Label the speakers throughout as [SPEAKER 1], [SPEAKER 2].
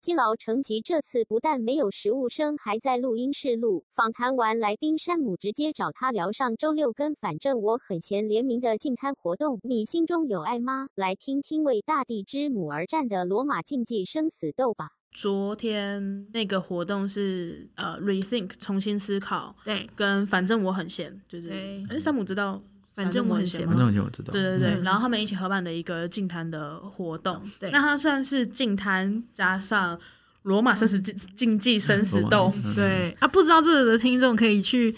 [SPEAKER 1] 基劳承吉这次不但没有实务生，还在录音室录。访谈完来宾山姆直接找他聊上周六跟反正我很闲联名的净滩活动。你心中有爱吗？来听听为大地之母而战的罗马竞技生死斗吧。
[SPEAKER 2] 昨天那个活动是呃 rethink 重新思考，
[SPEAKER 3] 对，
[SPEAKER 2] 跟反正我很闲，就是
[SPEAKER 3] 对
[SPEAKER 2] 哎，山姆知道
[SPEAKER 3] 反正我很闲
[SPEAKER 2] 吗
[SPEAKER 3] 吗
[SPEAKER 4] 反正我知道。
[SPEAKER 2] 对对对，
[SPEAKER 4] 嗯
[SPEAKER 2] 然后他们一起合办的一个净滩的活动，
[SPEAKER 3] 对
[SPEAKER 2] 那它算是净滩加上罗马
[SPEAKER 3] 嗯
[SPEAKER 2] 生死竞竞技生死斗，
[SPEAKER 4] 嗯
[SPEAKER 3] 对啊，不知道这个的听众可以去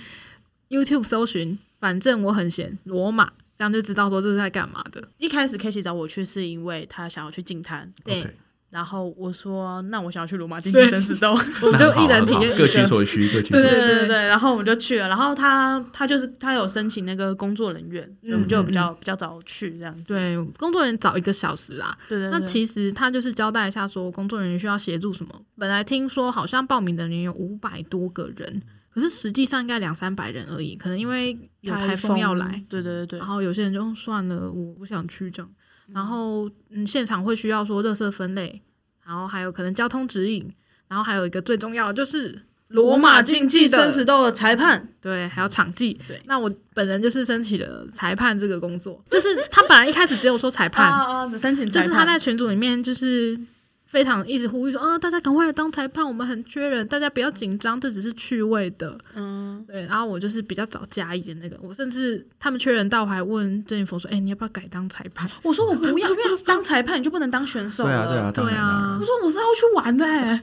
[SPEAKER 3] YouTube 搜寻，反正我很闲，罗马，这样就知道说这是在干嘛的。
[SPEAKER 2] 一开始 k a s e y 找我去是因为他想要去净滩，
[SPEAKER 3] 对
[SPEAKER 4] OK，
[SPEAKER 2] 然后我说那我想要去罗马竞技生死斗，
[SPEAKER 3] 我们
[SPEAKER 4] 那
[SPEAKER 3] 就
[SPEAKER 4] 好
[SPEAKER 3] 一人体
[SPEAKER 4] 好
[SPEAKER 3] 验一
[SPEAKER 4] 各取
[SPEAKER 3] 个
[SPEAKER 4] 所需，各取所
[SPEAKER 2] 对对
[SPEAKER 4] 需。
[SPEAKER 3] 对
[SPEAKER 2] 对
[SPEAKER 3] 对
[SPEAKER 2] 对对，然后我们就去了，然后他他就是他有申请那个工作人员，所以我们就比较比较早去这样子，
[SPEAKER 3] 对，工作人员早一个小时啦。
[SPEAKER 2] 对对，
[SPEAKER 3] 那
[SPEAKER 2] 对
[SPEAKER 3] 其实他就是交代一下，说工作人员需要协助什么。本来听说好像报名的人有五百多个人，可是实际上应该两三百人而已。可能因为有台风要来，，
[SPEAKER 2] 对对对对
[SPEAKER 3] 然，后有些人就哦算了，我不想去这样。然后嗯，现场会需要说垃圾分类，然后还有可能交通指引，然后还有一个最重要的就是罗马竞技
[SPEAKER 2] 生
[SPEAKER 3] 的
[SPEAKER 2] 死斗的裁判，
[SPEAKER 3] 对，还有场记。
[SPEAKER 2] 对
[SPEAKER 3] 那我本人就是申请了裁判这个工作，就是他本来一开始只有说裁判，
[SPEAKER 2] 啊啊，只申请
[SPEAKER 3] 就
[SPEAKER 2] 裁
[SPEAKER 3] 是他
[SPEAKER 2] 判
[SPEAKER 3] 在群组里面就是非常一直呼吁说，嗯、大家赶快来当裁判，我们很缺人，大家不要紧张，这只是趣味的。
[SPEAKER 2] 嗯，
[SPEAKER 3] 对，然后我就是比较早加一点那个，我甚至他们缺人到我还问郑云峰说，哎、你要不要改当裁判？
[SPEAKER 2] 我说我不要，因为当裁判你就不能当选手
[SPEAKER 4] 对啊
[SPEAKER 2] 了。
[SPEAKER 4] 对啊，当然
[SPEAKER 3] 对啊
[SPEAKER 4] 当然
[SPEAKER 2] 我。说我是要去玩的、欸，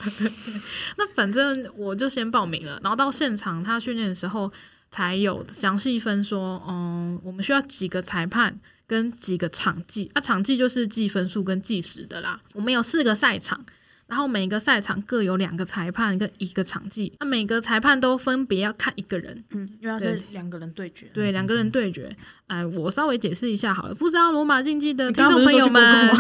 [SPEAKER 3] 那反正我就先报名了，然后到现场他训练的时候才有详细分说，嗯，我们需要几个裁判跟几个场记，那、场记就是计分数跟计时的啦。我们有四个赛场，然后每个赛场各有两个裁判跟一个场记，那每个裁判都分别要看一个人，
[SPEAKER 2] 嗯，因为他是两个人对决。
[SPEAKER 3] 对，两个人对决。哎、我稍微解释一下好了，不知道罗马竞技的
[SPEAKER 2] 你
[SPEAKER 3] 听
[SPEAKER 2] 刚刚
[SPEAKER 3] 众
[SPEAKER 2] 不
[SPEAKER 3] 朋
[SPEAKER 2] 是
[SPEAKER 3] 友
[SPEAKER 2] 说
[SPEAKER 3] 们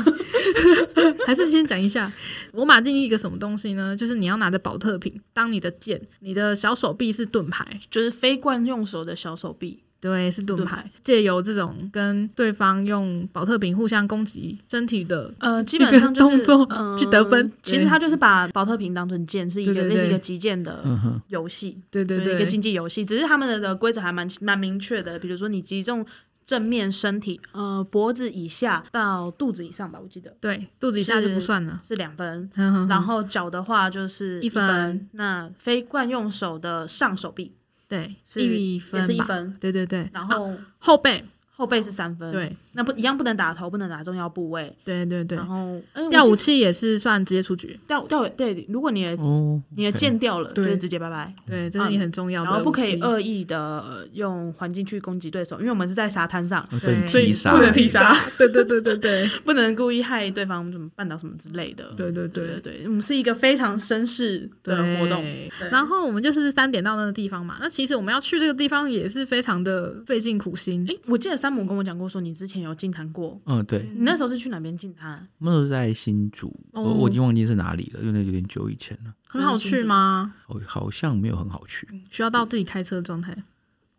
[SPEAKER 2] 去，
[SPEAKER 3] 还是先讲一下罗马竞技一个什么东西呢？就是你要拿着保特瓶当你的剑，你的小手臂是盾牌，
[SPEAKER 2] 就是非惯用手的小手臂，
[SPEAKER 3] 对，是盾
[SPEAKER 2] 盾
[SPEAKER 3] 牌。借由这种跟对方用保特瓶互相攻击身体的，
[SPEAKER 2] 呃，基本上就是
[SPEAKER 3] 一个动作
[SPEAKER 2] 嗯
[SPEAKER 3] 去得分
[SPEAKER 2] 其实他就是把保特瓶当成剑，是一
[SPEAKER 3] 对
[SPEAKER 2] 个
[SPEAKER 3] 对
[SPEAKER 2] 类似一个
[SPEAKER 3] 对
[SPEAKER 2] 击剑的
[SPEAKER 4] 嗯哼，
[SPEAKER 2] 游戏，
[SPEAKER 3] 对对
[SPEAKER 2] 一个竞技游戏。只是他们的的规则还蛮蛮明确的，比如说你击中正面身体，呃，脖子以下到肚子以上吧，我记得
[SPEAKER 3] 对，肚子以下就不算了。嗯
[SPEAKER 2] 是两分。
[SPEAKER 3] 哼哼哼
[SPEAKER 2] 然后脚的话就是
[SPEAKER 3] 一分
[SPEAKER 2] 分那非惯用手的上手臂
[SPEAKER 3] 对，
[SPEAKER 2] 是
[SPEAKER 3] 一
[SPEAKER 2] 也
[SPEAKER 3] 分
[SPEAKER 2] 是一
[SPEAKER 3] 吧，
[SPEAKER 2] 分，
[SPEAKER 3] 对对对，
[SPEAKER 2] 然后
[SPEAKER 3] 后背，
[SPEAKER 2] 后背是三分，，
[SPEAKER 3] 对
[SPEAKER 2] 那不一样不能打头，不能打重要部位，
[SPEAKER 3] 对对对
[SPEAKER 2] 然，后嗯
[SPEAKER 3] 掉武
[SPEAKER 2] 我记
[SPEAKER 3] 器也是算直接出局，
[SPEAKER 2] 掉掉对，如果你的
[SPEAKER 4] 哦，
[SPEAKER 2] 你的
[SPEAKER 4] OK
[SPEAKER 2] 剑掉了，就
[SPEAKER 3] 对
[SPEAKER 2] 是直接拜拜，
[SPEAKER 3] 对，这是你很重
[SPEAKER 2] 嗯
[SPEAKER 3] 要
[SPEAKER 2] 然
[SPEAKER 3] 的，
[SPEAKER 2] 后不可以。恶意的呃用环境去攻击对手，因为我们是在沙滩上，
[SPEAKER 4] 哦对
[SPEAKER 3] 对
[SPEAKER 2] 所以
[SPEAKER 4] 提杀，
[SPEAKER 2] 不能提杀，
[SPEAKER 3] 对对对 对对
[SPEAKER 2] 不能故意害对方怎么绊倒什么之类的，
[SPEAKER 3] 对对
[SPEAKER 2] 对对
[SPEAKER 3] 对
[SPEAKER 2] 对，我们是一个非常绅士的
[SPEAKER 3] 对
[SPEAKER 2] 活动，对
[SPEAKER 3] 然后我们就是三点到那个地方嘛。那其实我们要去这个地方也是非常的费尽苦心。
[SPEAKER 2] 诶，我记得山姆跟我讲过，说你之前有进滩过，
[SPEAKER 4] 嗯，对，
[SPEAKER 2] 你那时候是去哪边进啊滩？
[SPEAKER 4] 我们那时候在新竹，我
[SPEAKER 3] 哦
[SPEAKER 4] 我已经忘记是哪里了，因为那有点久以前了，
[SPEAKER 3] 很好去吗？
[SPEAKER 4] 好好像没有很好去。
[SPEAKER 3] 需要到自己开车的状态。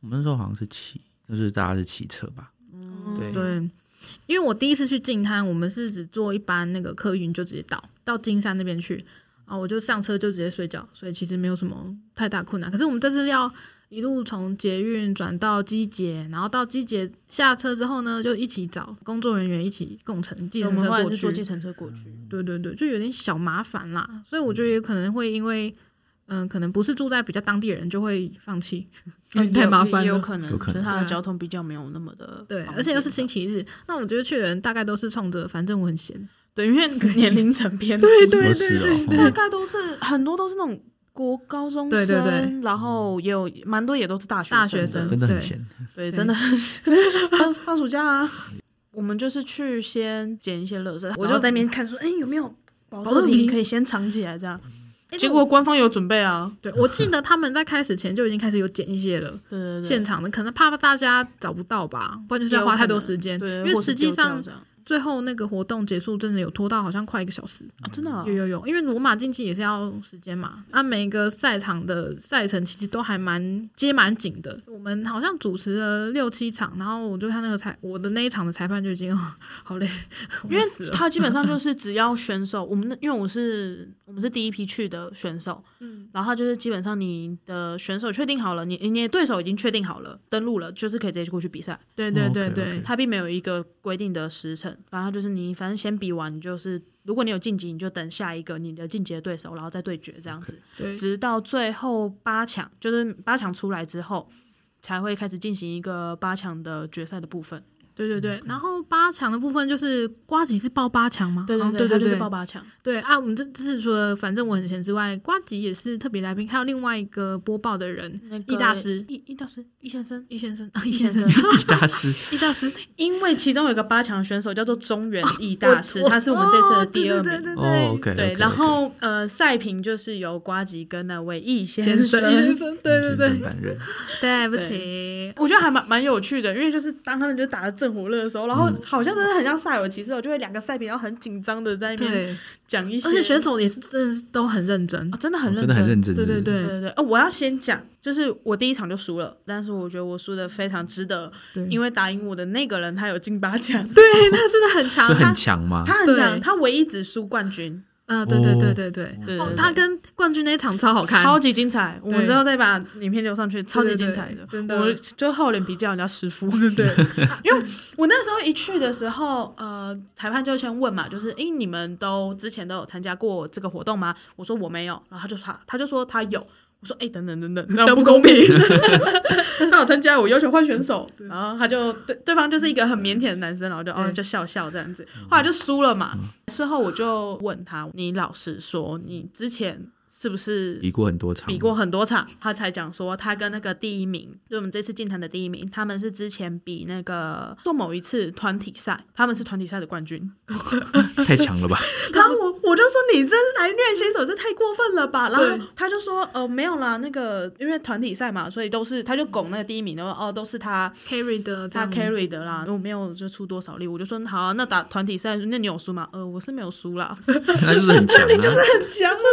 [SPEAKER 4] 我们那时候好像是骑，就是大家是骑车吧，对
[SPEAKER 3] 对，因为我第一次去近滩，我们是只坐一班那个客运就直接到到金山那边去啊，我就上车就直接睡觉，所以其实没有什么太大困难。可是我们这次要一路从捷运转到机捷，然后到机捷下车之后呢，就一起找工作人员一起共乘计
[SPEAKER 2] 我
[SPEAKER 3] 程
[SPEAKER 2] 们
[SPEAKER 3] 车
[SPEAKER 2] 后来
[SPEAKER 3] 过
[SPEAKER 2] 是坐计
[SPEAKER 3] 去。
[SPEAKER 2] 程车过去，
[SPEAKER 3] 对对对，就有点小麻烦啦，所以我觉得有可能会因为，嗯、可能不是住在比较当地的人就会放弃。嗯 太麻烦了
[SPEAKER 2] 也有可能，
[SPEAKER 4] 有可能
[SPEAKER 2] 就是它的
[SPEAKER 3] 对啊
[SPEAKER 2] 交通比较没有那么的
[SPEAKER 3] 对，
[SPEAKER 2] 方
[SPEAKER 3] 而且又
[SPEAKER 2] 便
[SPEAKER 3] 是星期日，那我觉得去的人大概都是冲着反正我很闲，
[SPEAKER 2] 对，因 为年龄层偏对
[SPEAKER 4] 都是哦，
[SPEAKER 2] 大
[SPEAKER 4] 嗯
[SPEAKER 2] 概都是很多都是那种国高中生，
[SPEAKER 3] 对对对
[SPEAKER 2] 然后也有蛮多也都是大学
[SPEAKER 3] 大学
[SPEAKER 2] 生
[SPEAKER 3] 生
[SPEAKER 2] 的，
[SPEAKER 4] 真的很
[SPEAKER 3] 对
[SPEAKER 4] 闲。
[SPEAKER 2] 对，真的是 放放暑假啊，我们就是去先捡一些垃圾，
[SPEAKER 3] 我就
[SPEAKER 2] 然后在那边看说，哎，有没有保
[SPEAKER 3] 保特
[SPEAKER 2] 特瓶哎
[SPEAKER 3] 瓶
[SPEAKER 2] 可以先藏起来这样？
[SPEAKER 3] 诶
[SPEAKER 2] 结果官方有准备啊，
[SPEAKER 3] 对我记得他们在开始前就已经开始有剪一些了，
[SPEAKER 2] 对对对，
[SPEAKER 3] 现场的可能怕大家找不到吧，不然就是要花太多时间，
[SPEAKER 2] 对，
[SPEAKER 3] 因为
[SPEAKER 2] 或是
[SPEAKER 3] 实际
[SPEAKER 2] 丢掉
[SPEAKER 3] 上
[SPEAKER 2] 这样
[SPEAKER 3] 最后那个活动结束真的有拖到好像快一个小时，
[SPEAKER 2] 啊，真的啊、
[SPEAKER 3] 有有有，因为罗马竞技也是要时间嘛，那、每一个赛场的赛程其实都还蛮接蛮紧的。我们好像主持了六七场，然后我就看那个裁，我的那一场的裁判就已经、 哦好累，我
[SPEAKER 2] 因为
[SPEAKER 3] 要死了
[SPEAKER 2] 他基本上就是只要选手， 我们那因为我是我们是第一批去的选手，
[SPEAKER 3] 嗯，
[SPEAKER 2] 然后他就是基本上你的选手确定好了，你你的对手已经确定好了，登录了，就是可以直接过去比赛。
[SPEAKER 3] 对对
[SPEAKER 4] 哦
[SPEAKER 3] 对
[SPEAKER 4] OK，
[SPEAKER 3] 对
[SPEAKER 4] OK
[SPEAKER 2] 他并没有一个规定的时辰，反正就是你反正先比完，你就是如果你有晋级，你就等下一个你的晋级的对手，然后再对决这样子，
[SPEAKER 3] 对
[SPEAKER 2] 直到最后八强，就是八强出来之后。才会开始进行一个八强的决赛的部分，
[SPEAKER 3] 对对对。然后八强的部分就是瓜吉是报八强吗？
[SPEAKER 2] 对对
[SPEAKER 3] 好像
[SPEAKER 2] 哦对，
[SPEAKER 3] 对
[SPEAKER 2] 他就是
[SPEAKER 3] 对
[SPEAKER 2] 报八强，
[SPEAKER 3] 对啊，我们这这次除了反正我很闲之外，瓜吉也是特别来宾，还有另外一个播报的人
[SPEAKER 2] 那个
[SPEAKER 3] 易大师
[SPEAKER 2] 易易大师易先生，
[SPEAKER 3] 易先生啊，易
[SPEAKER 2] 易
[SPEAKER 3] 先
[SPEAKER 2] 先
[SPEAKER 3] 生
[SPEAKER 2] 生，
[SPEAKER 4] 一大师，
[SPEAKER 3] 易大师，
[SPEAKER 2] 因为其中有一个八强选手叫做中原易 大师，
[SPEAKER 3] 我
[SPEAKER 2] 他哦是我们这次
[SPEAKER 3] 哦
[SPEAKER 2] 的
[SPEAKER 3] 对
[SPEAKER 2] 第二
[SPEAKER 3] 对对
[SPEAKER 2] 名。
[SPEAKER 3] 对
[SPEAKER 4] 哦，OK，
[SPEAKER 2] 对，然后呃，赛评就是由瓜吉跟那位易
[SPEAKER 3] 先
[SPEAKER 2] 先
[SPEAKER 3] 生，易先
[SPEAKER 2] 生，
[SPEAKER 3] 生，对对对，
[SPEAKER 4] 男人
[SPEAKER 3] 对不起，
[SPEAKER 2] 我觉得还蛮蛮有趣的，因为就是当他们就打的正火热的时候，然
[SPEAKER 3] 嗯
[SPEAKER 2] 后好像真的很像赛尔骑士哦，就会两个赛评，然后很紧张的在那边
[SPEAKER 3] 对，
[SPEAKER 2] 讲一些，
[SPEAKER 3] 而且选手也是真的是都很认真
[SPEAKER 2] 啊，，真的很认
[SPEAKER 4] 哦真的很认真，
[SPEAKER 3] 对对
[SPEAKER 4] 真的
[SPEAKER 2] 对对
[SPEAKER 3] 对
[SPEAKER 2] 对，哦，我要先讲，就是我第一场就输了，但是我觉得我输的非常值得，
[SPEAKER 3] 对，
[SPEAKER 2] 因
[SPEAKER 3] 为
[SPEAKER 2] 为打赢我的那个人他有进八 强，
[SPEAKER 3] 他真的很强，
[SPEAKER 4] 就
[SPEAKER 3] 他
[SPEAKER 4] 很强吗？
[SPEAKER 2] 他很强，
[SPEAKER 3] 对
[SPEAKER 2] 他唯一只输冠军，
[SPEAKER 3] 嗯，对对对对对，
[SPEAKER 2] 对
[SPEAKER 3] 哦
[SPEAKER 2] 对，
[SPEAKER 3] 他
[SPEAKER 2] 对
[SPEAKER 3] 跟冠军那一场超好看，
[SPEAKER 2] 超级精彩。我们
[SPEAKER 3] 对
[SPEAKER 2] 之后再把影片留上去，超级精彩
[SPEAKER 3] 对
[SPEAKER 2] 的
[SPEAKER 3] 对。真的
[SPEAKER 2] 我就厚脸皮叫人家师傅。
[SPEAKER 3] 对，
[SPEAKER 2] 我那时候一去的时候，呃，裁判就先问嘛，就是，诶，你们都之前都有参加过这个活动吗？我说我没有，然后他就说他他就说他有。我说哎、等等等 等，这样不公平。那我 参加，我要求换选手，嗯然后他就对对方就是一个很腼腆的男生，然后就哦
[SPEAKER 3] 对
[SPEAKER 2] 就笑笑这样子，后来就输了嘛。事后我就问他，你老实说，你之前是不是
[SPEAKER 4] 比过很多场，
[SPEAKER 2] 比过很多场，他才讲说他跟那个第一名，就我们这次进坛的第一名，他们是之前比那个做某一次团体赛，他们是团体赛的冠军。
[SPEAKER 4] 太强了吧？
[SPEAKER 2] 然后我我就说你这是来虐新手，这太过分了吧？然
[SPEAKER 3] 对
[SPEAKER 2] 后他就说呃没有啦，那个因为团体赛嘛，所以都是他就拱那个第一名，然后哦都是他
[SPEAKER 3] carry 的这
[SPEAKER 2] 他
[SPEAKER 3] 样
[SPEAKER 2] carry 的啦，我没有就出多少力，我就说好啊、那打团体赛那你有输吗？呃我是没有输啦，
[SPEAKER 4] 那就是很强啊！
[SPEAKER 2] 很强啊，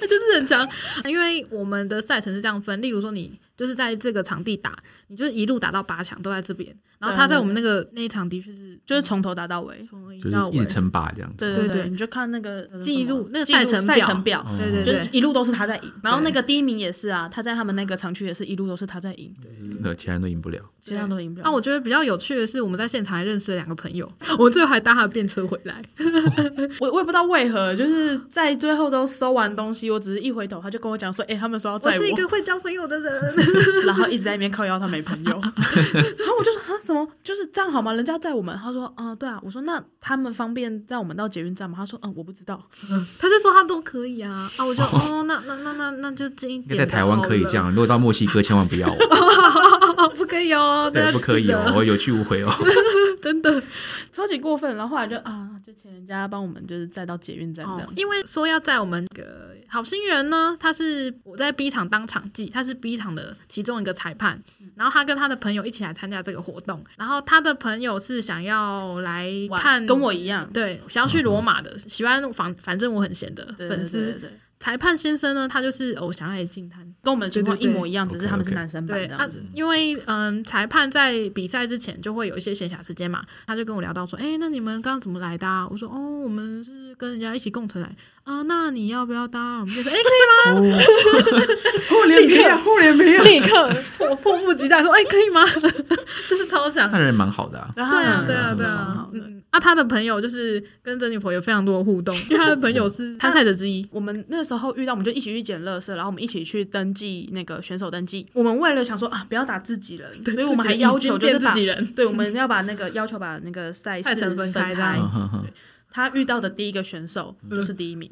[SPEAKER 3] 他 就是很强，因为我们的赛程是这样分，例如说你就是在这个场地打，你就是一路打到八强都在这边，然后他在我们那个那一场的确是
[SPEAKER 2] 就是从头打到尾。
[SPEAKER 3] 从一
[SPEAKER 4] 就
[SPEAKER 3] 到
[SPEAKER 4] 是
[SPEAKER 3] 尾
[SPEAKER 4] 一直，称霸这样子，
[SPEAKER 2] 对
[SPEAKER 3] 对
[SPEAKER 2] 对，
[SPEAKER 3] 对
[SPEAKER 2] 你就看那个呃
[SPEAKER 3] 记录
[SPEAKER 2] 什么
[SPEAKER 3] 那个
[SPEAKER 2] 记录
[SPEAKER 3] 赛程
[SPEAKER 2] 赛
[SPEAKER 3] 表
[SPEAKER 2] 程表，
[SPEAKER 4] 哦
[SPEAKER 3] 对对
[SPEAKER 2] 就
[SPEAKER 3] 对
[SPEAKER 2] 是一路都是他在赢。然后那个第一名也是啊，他在他们那个厂区也是一路都是他在赢，
[SPEAKER 4] 那其他人都赢不了。
[SPEAKER 2] 其他人都赢不了。
[SPEAKER 3] 那、我觉得比较有趣的是，我们在现场还认识了两个朋友，我最后还搭他的便车回来。
[SPEAKER 2] 我我也不知道为何，就是在最后都收完东西，我只是一回头，他就跟我讲说，哎、他们说要载我，
[SPEAKER 3] 会交朋友的人，
[SPEAKER 2] 然后一直在那边靠腰，他没 朋友。然后我就说啊，什么就是这样好吗？人家载我们，他说，嗯、对啊。我说那他们方便载我们到捷运站吗？他说，嗯，我不知道。
[SPEAKER 3] 他就说他都可以啊啊！我就哦，那那那那那就近一
[SPEAKER 4] 应该
[SPEAKER 3] 点。
[SPEAKER 4] 在台湾可以这，样，如果到墨西哥千万不要哦，
[SPEAKER 3] 哦，不可以哦，大
[SPEAKER 4] 对，
[SPEAKER 3] 家
[SPEAKER 4] 不可以
[SPEAKER 3] 记
[SPEAKER 4] 哦，
[SPEAKER 3] 得
[SPEAKER 4] 我有去无回哦。
[SPEAKER 3] 真的
[SPEAKER 2] 超级过分。然后后来就啊，就请人家帮我们就是载到捷运站这
[SPEAKER 3] 哦
[SPEAKER 2] 样。。
[SPEAKER 3] 因为说要在我们个好心人呢，他是我在 B 场当场记，他是 B 场的其中一个裁判，
[SPEAKER 2] 嗯
[SPEAKER 3] 然后他跟他的朋友一起来参加这个活动，然后他的朋友是想要来
[SPEAKER 2] 哇
[SPEAKER 3] 看
[SPEAKER 2] 跟我一样，嗯
[SPEAKER 3] 对，想要去罗马的，喜欢反反正我很闲的
[SPEAKER 2] 对
[SPEAKER 3] 粉
[SPEAKER 2] 对对
[SPEAKER 3] 丝
[SPEAKER 2] 对对
[SPEAKER 3] 裁判先生呢，他就是哦想要来进摊，
[SPEAKER 2] 跟我们的情况
[SPEAKER 3] 对
[SPEAKER 2] 一
[SPEAKER 3] 对对
[SPEAKER 2] 模一样，只是他们是
[SPEAKER 4] OK，OK
[SPEAKER 2] 男生版
[SPEAKER 3] 对
[SPEAKER 2] 这
[SPEAKER 3] 啊
[SPEAKER 2] 样子。，
[SPEAKER 3] 因为嗯，裁判在比赛之前就会有一些闲暇时间嘛，他就跟我聊到说，哎、那你们刚刚怎么来的、啊？我说，哦，我们是跟人家一起共乘来，啊、那你要不要搭？我们就说，哎、
[SPEAKER 2] 厚脸皮啊，厚脸皮啊！
[SPEAKER 3] 立刻迫迫不及待说，哎、可以吗？ 就是超想
[SPEAKER 4] 那。人蛮好的啊，
[SPEAKER 2] 对
[SPEAKER 3] 对啊，
[SPEAKER 4] 嗯
[SPEAKER 3] 对啊，
[SPEAKER 4] 嗯
[SPEAKER 3] 对
[SPEAKER 4] 蛮
[SPEAKER 3] 啊，嗯，嗯啊，他的朋友就是跟珍妮佛有非常多的互动，因为他的朋 友是参赛者之一，
[SPEAKER 2] 我们那时候遇到，我们就一起去捡垃圾，然后我们一起去登记那个选手登记。我们为了想说啊，不要打自己人，所以我们还要求
[SPEAKER 3] 已经
[SPEAKER 2] 就是
[SPEAKER 3] 变自
[SPEAKER 2] 把
[SPEAKER 3] 己人，
[SPEAKER 2] 对，我们要把那个要求把那个赛
[SPEAKER 3] 赛
[SPEAKER 2] 事
[SPEAKER 3] 程分开
[SPEAKER 2] 开
[SPEAKER 3] 这样。
[SPEAKER 4] 嗯哼哼
[SPEAKER 2] 他遇到的第一个选手就是第一名，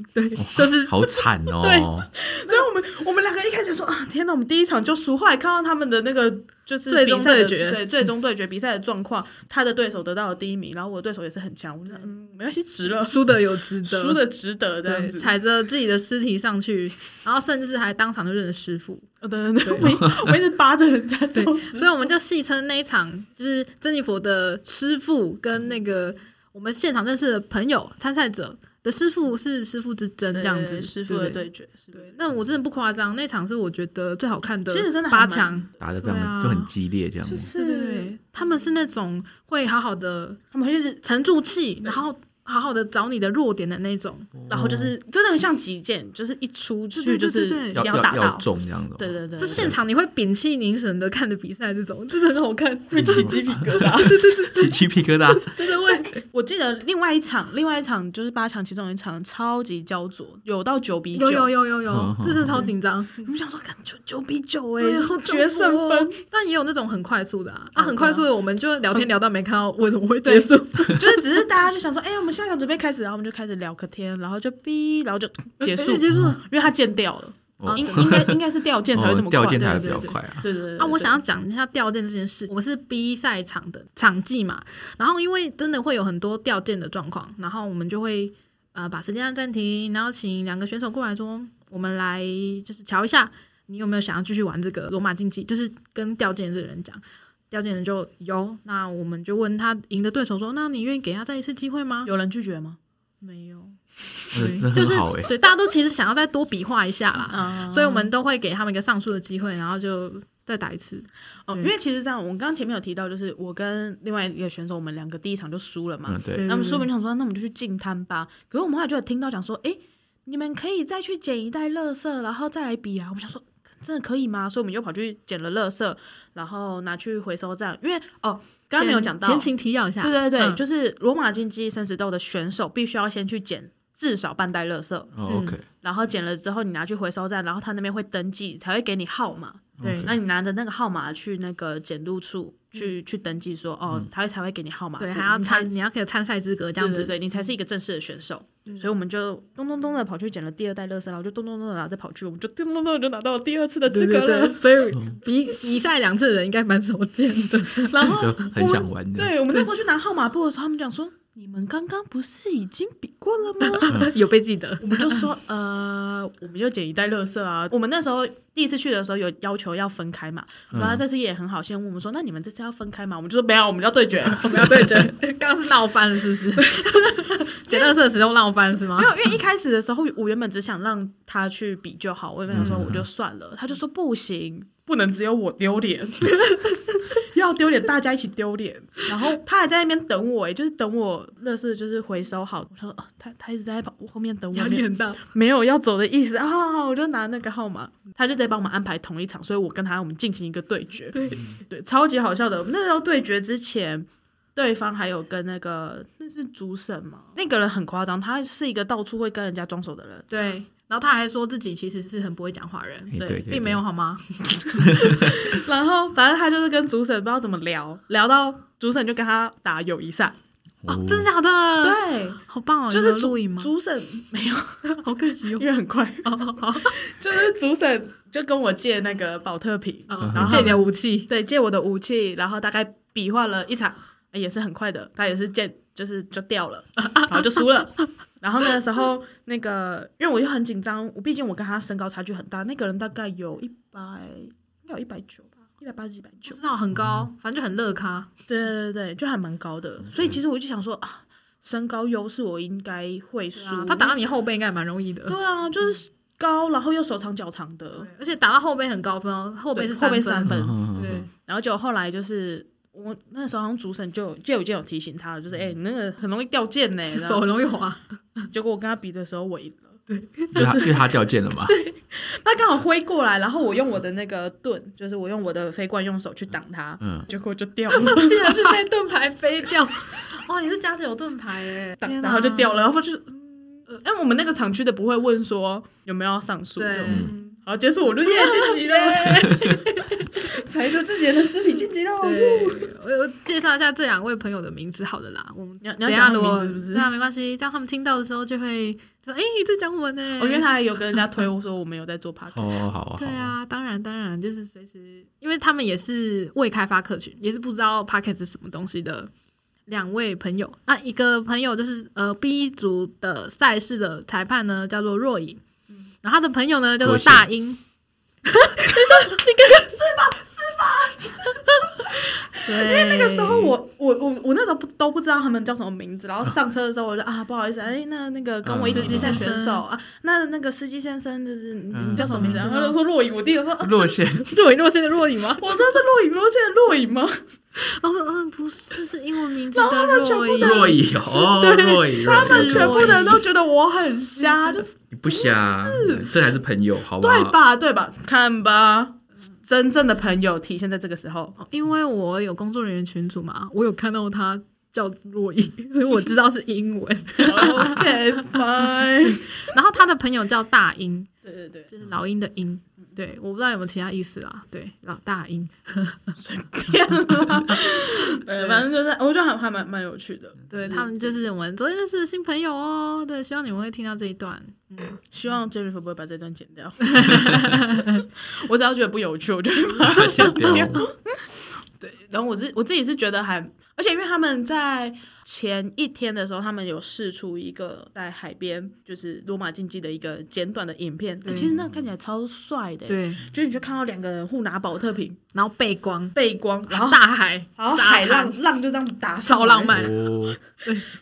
[SPEAKER 3] 就是
[SPEAKER 4] 好惨哦。
[SPEAKER 2] 所以我们我们两个一开始说啊，天哪，我们第一场就输，后来看到他们的那个就是
[SPEAKER 3] 最终
[SPEAKER 2] 比赛的
[SPEAKER 3] 对决
[SPEAKER 2] 对最终对决比赛的状况，他的对手得到了第一名，然后我的对手也是很强，我就嗯，没关系，值了，
[SPEAKER 3] 输的有值得，
[SPEAKER 2] 输的值得这
[SPEAKER 3] 对，
[SPEAKER 2] 样子。
[SPEAKER 3] 踩着自己的尸体上去，然后甚至还当场就认识师傅。
[SPEAKER 2] 哦对对对，我一我一直扒着人家
[SPEAKER 3] 对
[SPEAKER 2] 叫，
[SPEAKER 3] 所以我们就戏称那一场就是珍妮佛的师傅跟那个。我们现场认识的朋友、参赛者的师傅是师傅之争
[SPEAKER 2] 对
[SPEAKER 3] 这样
[SPEAKER 2] 对
[SPEAKER 3] 子，
[SPEAKER 2] 师傅的
[SPEAKER 3] 对
[SPEAKER 2] 对决，是不
[SPEAKER 3] 对
[SPEAKER 2] 是。
[SPEAKER 3] 那我真的不夸张，那场是我觉得最好看的，
[SPEAKER 2] 其实真的还
[SPEAKER 3] 八
[SPEAKER 2] 蛮
[SPEAKER 3] 强，
[SPEAKER 4] 打得非常、
[SPEAKER 3] 对啊
[SPEAKER 4] 就很激烈这样
[SPEAKER 2] 就
[SPEAKER 4] 子。
[SPEAKER 3] 对对对
[SPEAKER 2] 是，
[SPEAKER 3] 他们是那种会好好的
[SPEAKER 2] 他们就是，
[SPEAKER 3] 沉住气，然后好好的找你的弱点的那种，
[SPEAKER 2] 然后就是真的很像击剑，就是一出
[SPEAKER 3] 对对
[SPEAKER 2] 去就是
[SPEAKER 3] 对对
[SPEAKER 2] 一
[SPEAKER 4] 哦要
[SPEAKER 2] 定
[SPEAKER 4] 要
[SPEAKER 2] 打
[SPEAKER 4] 要
[SPEAKER 2] 到，
[SPEAKER 4] 中这样子哦。
[SPEAKER 2] 对对对，对
[SPEAKER 3] 就现场你会屏气凝神的看着比赛，这种真的很好看，
[SPEAKER 2] 会起鸡 皮疙瘩。
[SPEAKER 4] 起鸡皮疙瘩。
[SPEAKER 3] 真的会
[SPEAKER 2] 我记得另外一场，另外一场就是八强其中一场超级焦灼，有到九比九，
[SPEAKER 3] 有有有有有
[SPEAKER 4] 嗯，
[SPEAKER 3] 这是超紧张，
[SPEAKER 2] 我们想说，感觉九比九哎、
[SPEAKER 3] 对
[SPEAKER 2] 然
[SPEAKER 3] 好
[SPEAKER 2] 后
[SPEAKER 3] 恐
[SPEAKER 2] 决
[SPEAKER 3] 怖
[SPEAKER 2] 胜
[SPEAKER 3] 哦
[SPEAKER 2] 分，
[SPEAKER 3] 但也有那种很快速的啊，啊
[SPEAKER 2] 嗯
[SPEAKER 3] 很快速的，我们就聊天聊到没看到为什么会结束，
[SPEAKER 2] 就是只是大家就想说，哎、我们下场准备开始，然后我们就开始聊个天，然后就哔，然后就结 束，嗯
[SPEAKER 3] 就哎结束了
[SPEAKER 2] 因为它剑掉了，
[SPEAKER 4] 哦
[SPEAKER 2] 应应该应该是掉剑才会这么快，
[SPEAKER 4] 哦掉键才会
[SPEAKER 3] 对
[SPEAKER 4] 比
[SPEAKER 3] 对
[SPEAKER 4] 较
[SPEAKER 3] 对
[SPEAKER 4] 快啊。
[SPEAKER 2] 对对对对
[SPEAKER 3] 啊，我想要讲一下吊件这件事。我是 B 赛场的场记嘛，然后因为真的会有很多吊件的状况，然后我们就会呃把时间按暂停，然后请两个选手过来说，我们来就是瞧一下你有没有想要继续玩这个罗马竞技，就是跟吊件这个人讲。吊件人就有，那我们就问他赢的对手说：“那你愿意给他再一次机会吗
[SPEAKER 2] 有人拒绝吗？？”
[SPEAKER 3] 没有，
[SPEAKER 4] 嗯那
[SPEAKER 3] 就
[SPEAKER 4] 很
[SPEAKER 3] 是
[SPEAKER 4] 好哎。
[SPEAKER 3] 对大家都其实想要再多比划一下啦，
[SPEAKER 2] 啊
[SPEAKER 3] 所以我们都会给他们一个上诉的机会，然后就再打一次。
[SPEAKER 2] 哦，
[SPEAKER 3] 对
[SPEAKER 2] 因为其实这样，我们刚刚前面有提到，就是我跟另外一个选手，我们两个第一场就输了嘛，
[SPEAKER 4] 嗯，对，
[SPEAKER 2] 那么说明想说，那我们就去进摊吧。可是我们后来就有听到讲说，诶，你们可以再去捡一袋垃圾，然后再来比啊。我们想说，真的可以吗？所以我们就跑去捡了垃圾，然后拿去回收站。因为哦，刚刚没有讲到，
[SPEAKER 3] 前情提要一下，
[SPEAKER 2] 对对对，
[SPEAKER 3] 嗯
[SPEAKER 2] 就是罗马竞技生死斗的选手必须要先去捡至少半袋垃圾，
[SPEAKER 4] 哦 OK，
[SPEAKER 2] 然后捡了之后你拿去回收站，然后他那边会登记，才会给你号码。
[SPEAKER 3] 对
[SPEAKER 4] OK
[SPEAKER 2] 那你拿着那个号码去那个检录处去、去登记说，哦，
[SPEAKER 4] 嗯
[SPEAKER 2] 他才会给你号码布，
[SPEAKER 3] 嗯对，还要
[SPEAKER 2] 你才
[SPEAKER 3] 参，你要可以有参赛资格这样子。
[SPEAKER 2] 对对对你才是一个正式的选手。所以我们就咚咚咚的跑去捡了第二袋乐色，然后就咚咚咚的，然后再跑去，我们就咚咚咚地就拿到了第二次的资格了。
[SPEAKER 3] 所以比比赛两次的人应该蛮少见的。
[SPEAKER 2] 然后
[SPEAKER 4] 就很
[SPEAKER 2] 我
[SPEAKER 4] 想
[SPEAKER 2] 们
[SPEAKER 4] 玩的。
[SPEAKER 2] 对我们那时候去拿号码布的时候，他们讲说：“你们刚刚不是已经比过了吗？”
[SPEAKER 3] 有被记得
[SPEAKER 2] 我们就说：“呃，我们就捡一袋乐色啊。”我们那时候第一次去的时候有要求要分开嘛，
[SPEAKER 4] 嗯
[SPEAKER 2] 然后他这次也很好心地问我们说：“那你们这次要分开吗？”我们就说：“没有，我们要对 决。”
[SPEAKER 3] 我们要 对决，刚刚是闹翻了是不 是？捡垃圾的时候闹翻了是吗
[SPEAKER 2] 没？有，因为一开始的时候，我原本只想让他去比就好，我原本想说我就算了，他就说不行，嗯不能只有我丢脸， 要丢脸大家一起丢脸。然后他还在那边等我、欸，就是等我乐事就是回收好。我说、哦他他一直在我后面等我，
[SPEAKER 3] 压
[SPEAKER 2] 没
[SPEAKER 3] 力
[SPEAKER 2] 有
[SPEAKER 3] 很大，
[SPEAKER 2] 没有要走的意思啊！好好我就拿那个号码，他就在帮我们安排同一场，所以我跟他我们进行一个对决，对超级好笑的。我们那时候对决之前，对方还有跟那个那是主审吗？那个人很夸张，他是一个到处会跟人家装熟的 人，
[SPEAKER 3] 对。然后他还说自己其实是很不会讲话的人，
[SPEAKER 4] 哎
[SPEAKER 2] 对
[SPEAKER 4] 对，
[SPEAKER 3] 并没有好吗？
[SPEAKER 2] 然后反正他就是跟主审不知道怎么聊，聊到主审就跟他打友谊赛，
[SPEAKER 3] 哦
[SPEAKER 4] 哦，，
[SPEAKER 3] 真的假的？，
[SPEAKER 2] 对，
[SPEAKER 3] 好棒哦！
[SPEAKER 2] 就是
[SPEAKER 3] 有
[SPEAKER 2] 主
[SPEAKER 3] 录影吗？
[SPEAKER 2] 主审没有，
[SPEAKER 3] 好可惜哦
[SPEAKER 2] 因为很快，
[SPEAKER 3] 哦哦
[SPEAKER 2] 就是主审就跟我借那个保特瓶，
[SPEAKER 3] 哦
[SPEAKER 2] 然
[SPEAKER 3] 哦，
[SPEAKER 2] 后
[SPEAKER 3] 借你的武器，
[SPEAKER 2] 对，借我的武器，然后大概比划了一场，呃也是很快的，他也是见就是就掉了，然后就输 了。然后那时候那个，因为我就很紧张，我毕竟我跟他身高差距很大，那个人大概有一百，应该有一百九吧，一百八十几、一百
[SPEAKER 3] 不
[SPEAKER 2] 九
[SPEAKER 3] 知，道很高，反正就很乐咖。
[SPEAKER 2] 对对对对，就还蛮高的。所以其实我就想说啊，身高优势我应该会
[SPEAKER 3] 对
[SPEAKER 2] 输
[SPEAKER 3] 啊，，他打到你后背应该也蛮容易的。
[SPEAKER 2] 对啊，就是高，然后又手长脚长的，
[SPEAKER 3] 而且打到后背很高分哦，后背是
[SPEAKER 2] 嗯对后背
[SPEAKER 3] 三
[SPEAKER 2] 三
[SPEAKER 3] 分，
[SPEAKER 2] 分，
[SPEAKER 4] 嗯
[SPEAKER 3] 对，
[SPEAKER 2] 然后就后来就是我那时候好像主审就就有就有提醒他了，就是哎、你那个很容易掉剑呢、 然
[SPEAKER 3] 手
[SPEAKER 2] 后
[SPEAKER 3] 很容易滑，
[SPEAKER 2] 结果我跟他比的时候我赢了，
[SPEAKER 4] 嗯因为他因为他掉剑了嘛。
[SPEAKER 2] 他刚好挥过来，然后我用我的那个盾，就是我用我的飞棍用手去挡他，
[SPEAKER 4] 嗯，
[SPEAKER 2] 结果就掉了，
[SPEAKER 3] 竟然是被盾牌飞掉。 哇，你是家子有盾牌耶，
[SPEAKER 2] 挡
[SPEAKER 3] 天哪
[SPEAKER 2] 然后就掉了，然后就。嗯呃哎，我们那个厂区的不会问说有没有要上诉，
[SPEAKER 3] 对
[SPEAKER 2] 就嗯好，结束我就耶晋 级了， 踩着自己的尸体晋级喽。
[SPEAKER 3] 对，我我介绍一下这两位朋友的名字好了啦。我们
[SPEAKER 2] 你要你要
[SPEAKER 3] 等一下
[SPEAKER 2] 讲他
[SPEAKER 3] 如
[SPEAKER 2] 们名
[SPEAKER 3] 果
[SPEAKER 2] 字是不是
[SPEAKER 3] 对？啊，没关系，这样他们听到的时候就会说：“哎、你在讲我呢。”
[SPEAKER 2] 我觉哦得他还有跟人家推我说我们有在做 p a r t
[SPEAKER 4] 哦，好啊，
[SPEAKER 3] 对
[SPEAKER 4] 好啊，
[SPEAKER 3] 啊，当然当然，就是随时，因为他们也是未开发客群，也是不知道 p o c k e t 是什么东西的两位朋友。那一个朋友就是呃 B 组的赛事的裁判呢，叫做若影，然后他的朋友呢叫做
[SPEAKER 4] 嗯若曦
[SPEAKER 3] 大 英。你因为那
[SPEAKER 2] 那时候我我我我那时候不都不知道他们叫什么名字，然后上车的时候我就啊不好意思，哎那那个跟我一起
[SPEAKER 4] 嗯
[SPEAKER 2] 比赛选
[SPEAKER 3] 司机先
[SPEAKER 2] 手
[SPEAKER 3] 生
[SPEAKER 2] 啊，那那个司机先生就是你
[SPEAKER 4] 嗯
[SPEAKER 2] 你叫什么名字？
[SPEAKER 3] 什
[SPEAKER 2] 然
[SPEAKER 3] 么
[SPEAKER 2] 后他就说若影，我弟就说 啊
[SPEAKER 4] 落线
[SPEAKER 3] 若隐若现的若隐 吗？
[SPEAKER 2] 我说是若影若现的若影吗？
[SPEAKER 3] 然后说嗯不是，是英文名字的若隐。啊
[SPEAKER 4] 若隐哦，若隐，
[SPEAKER 2] 他
[SPEAKER 4] 若
[SPEAKER 2] 们
[SPEAKER 4] 隐
[SPEAKER 2] 全部
[SPEAKER 3] 的
[SPEAKER 2] 人都觉得我很瞎，就是
[SPEAKER 4] 你不瞎，啊这才是朋友，好不好？
[SPEAKER 2] 对吧对吧？看吧，真正的朋友体现在这个时 候。
[SPEAKER 3] 因为我有工作人员群组嘛，我有看到他叫若隐，所以我知道是英文。
[SPEAKER 2] OK fine，
[SPEAKER 3] 然后他的朋友叫大英，
[SPEAKER 2] 对对对，
[SPEAKER 3] 就是老鹰的鹰。对，我不知道有没有其他意思啦。对，老大鹰。
[SPEAKER 2] 呃反正就是我觉得还还蛮蛮有趣的，
[SPEAKER 3] 对他们就是我们昨天认识的新朋友哦。对，希望你们会听到这一段。
[SPEAKER 2] 希望 Jennifer 不会把这段剪掉。 我只要觉得不有趣，我就会把
[SPEAKER 4] 发现 掉了，
[SPEAKER 2] 对。然后我自我自己是觉得还，而且因为他们在前一天的时候，他们有试出一个在海边就是罗马竞技的一个简短的影片，欸
[SPEAKER 3] 对
[SPEAKER 2] 其实那个看起来超帅的、，欸
[SPEAKER 3] 对，
[SPEAKER 2] 就是你就看到两个人互拿保特瓶
[SPEAKER 3] 然后背光，
[SPEAKER 2] 背光，然后
[SPEAKER 3] 大海，
[SPEAKER 2] 然后
[SPEAKER 3] 沙
[SPEAKER 2] 海
[SPEAKER 3] 滩
[SPEAKER 2] 浪浪就这样子打上
[SPEAKER 3] 超
[SPEAKER 2] 来
[SPEAKER 3] 浪漫。
[SPEAKER 4] 哦，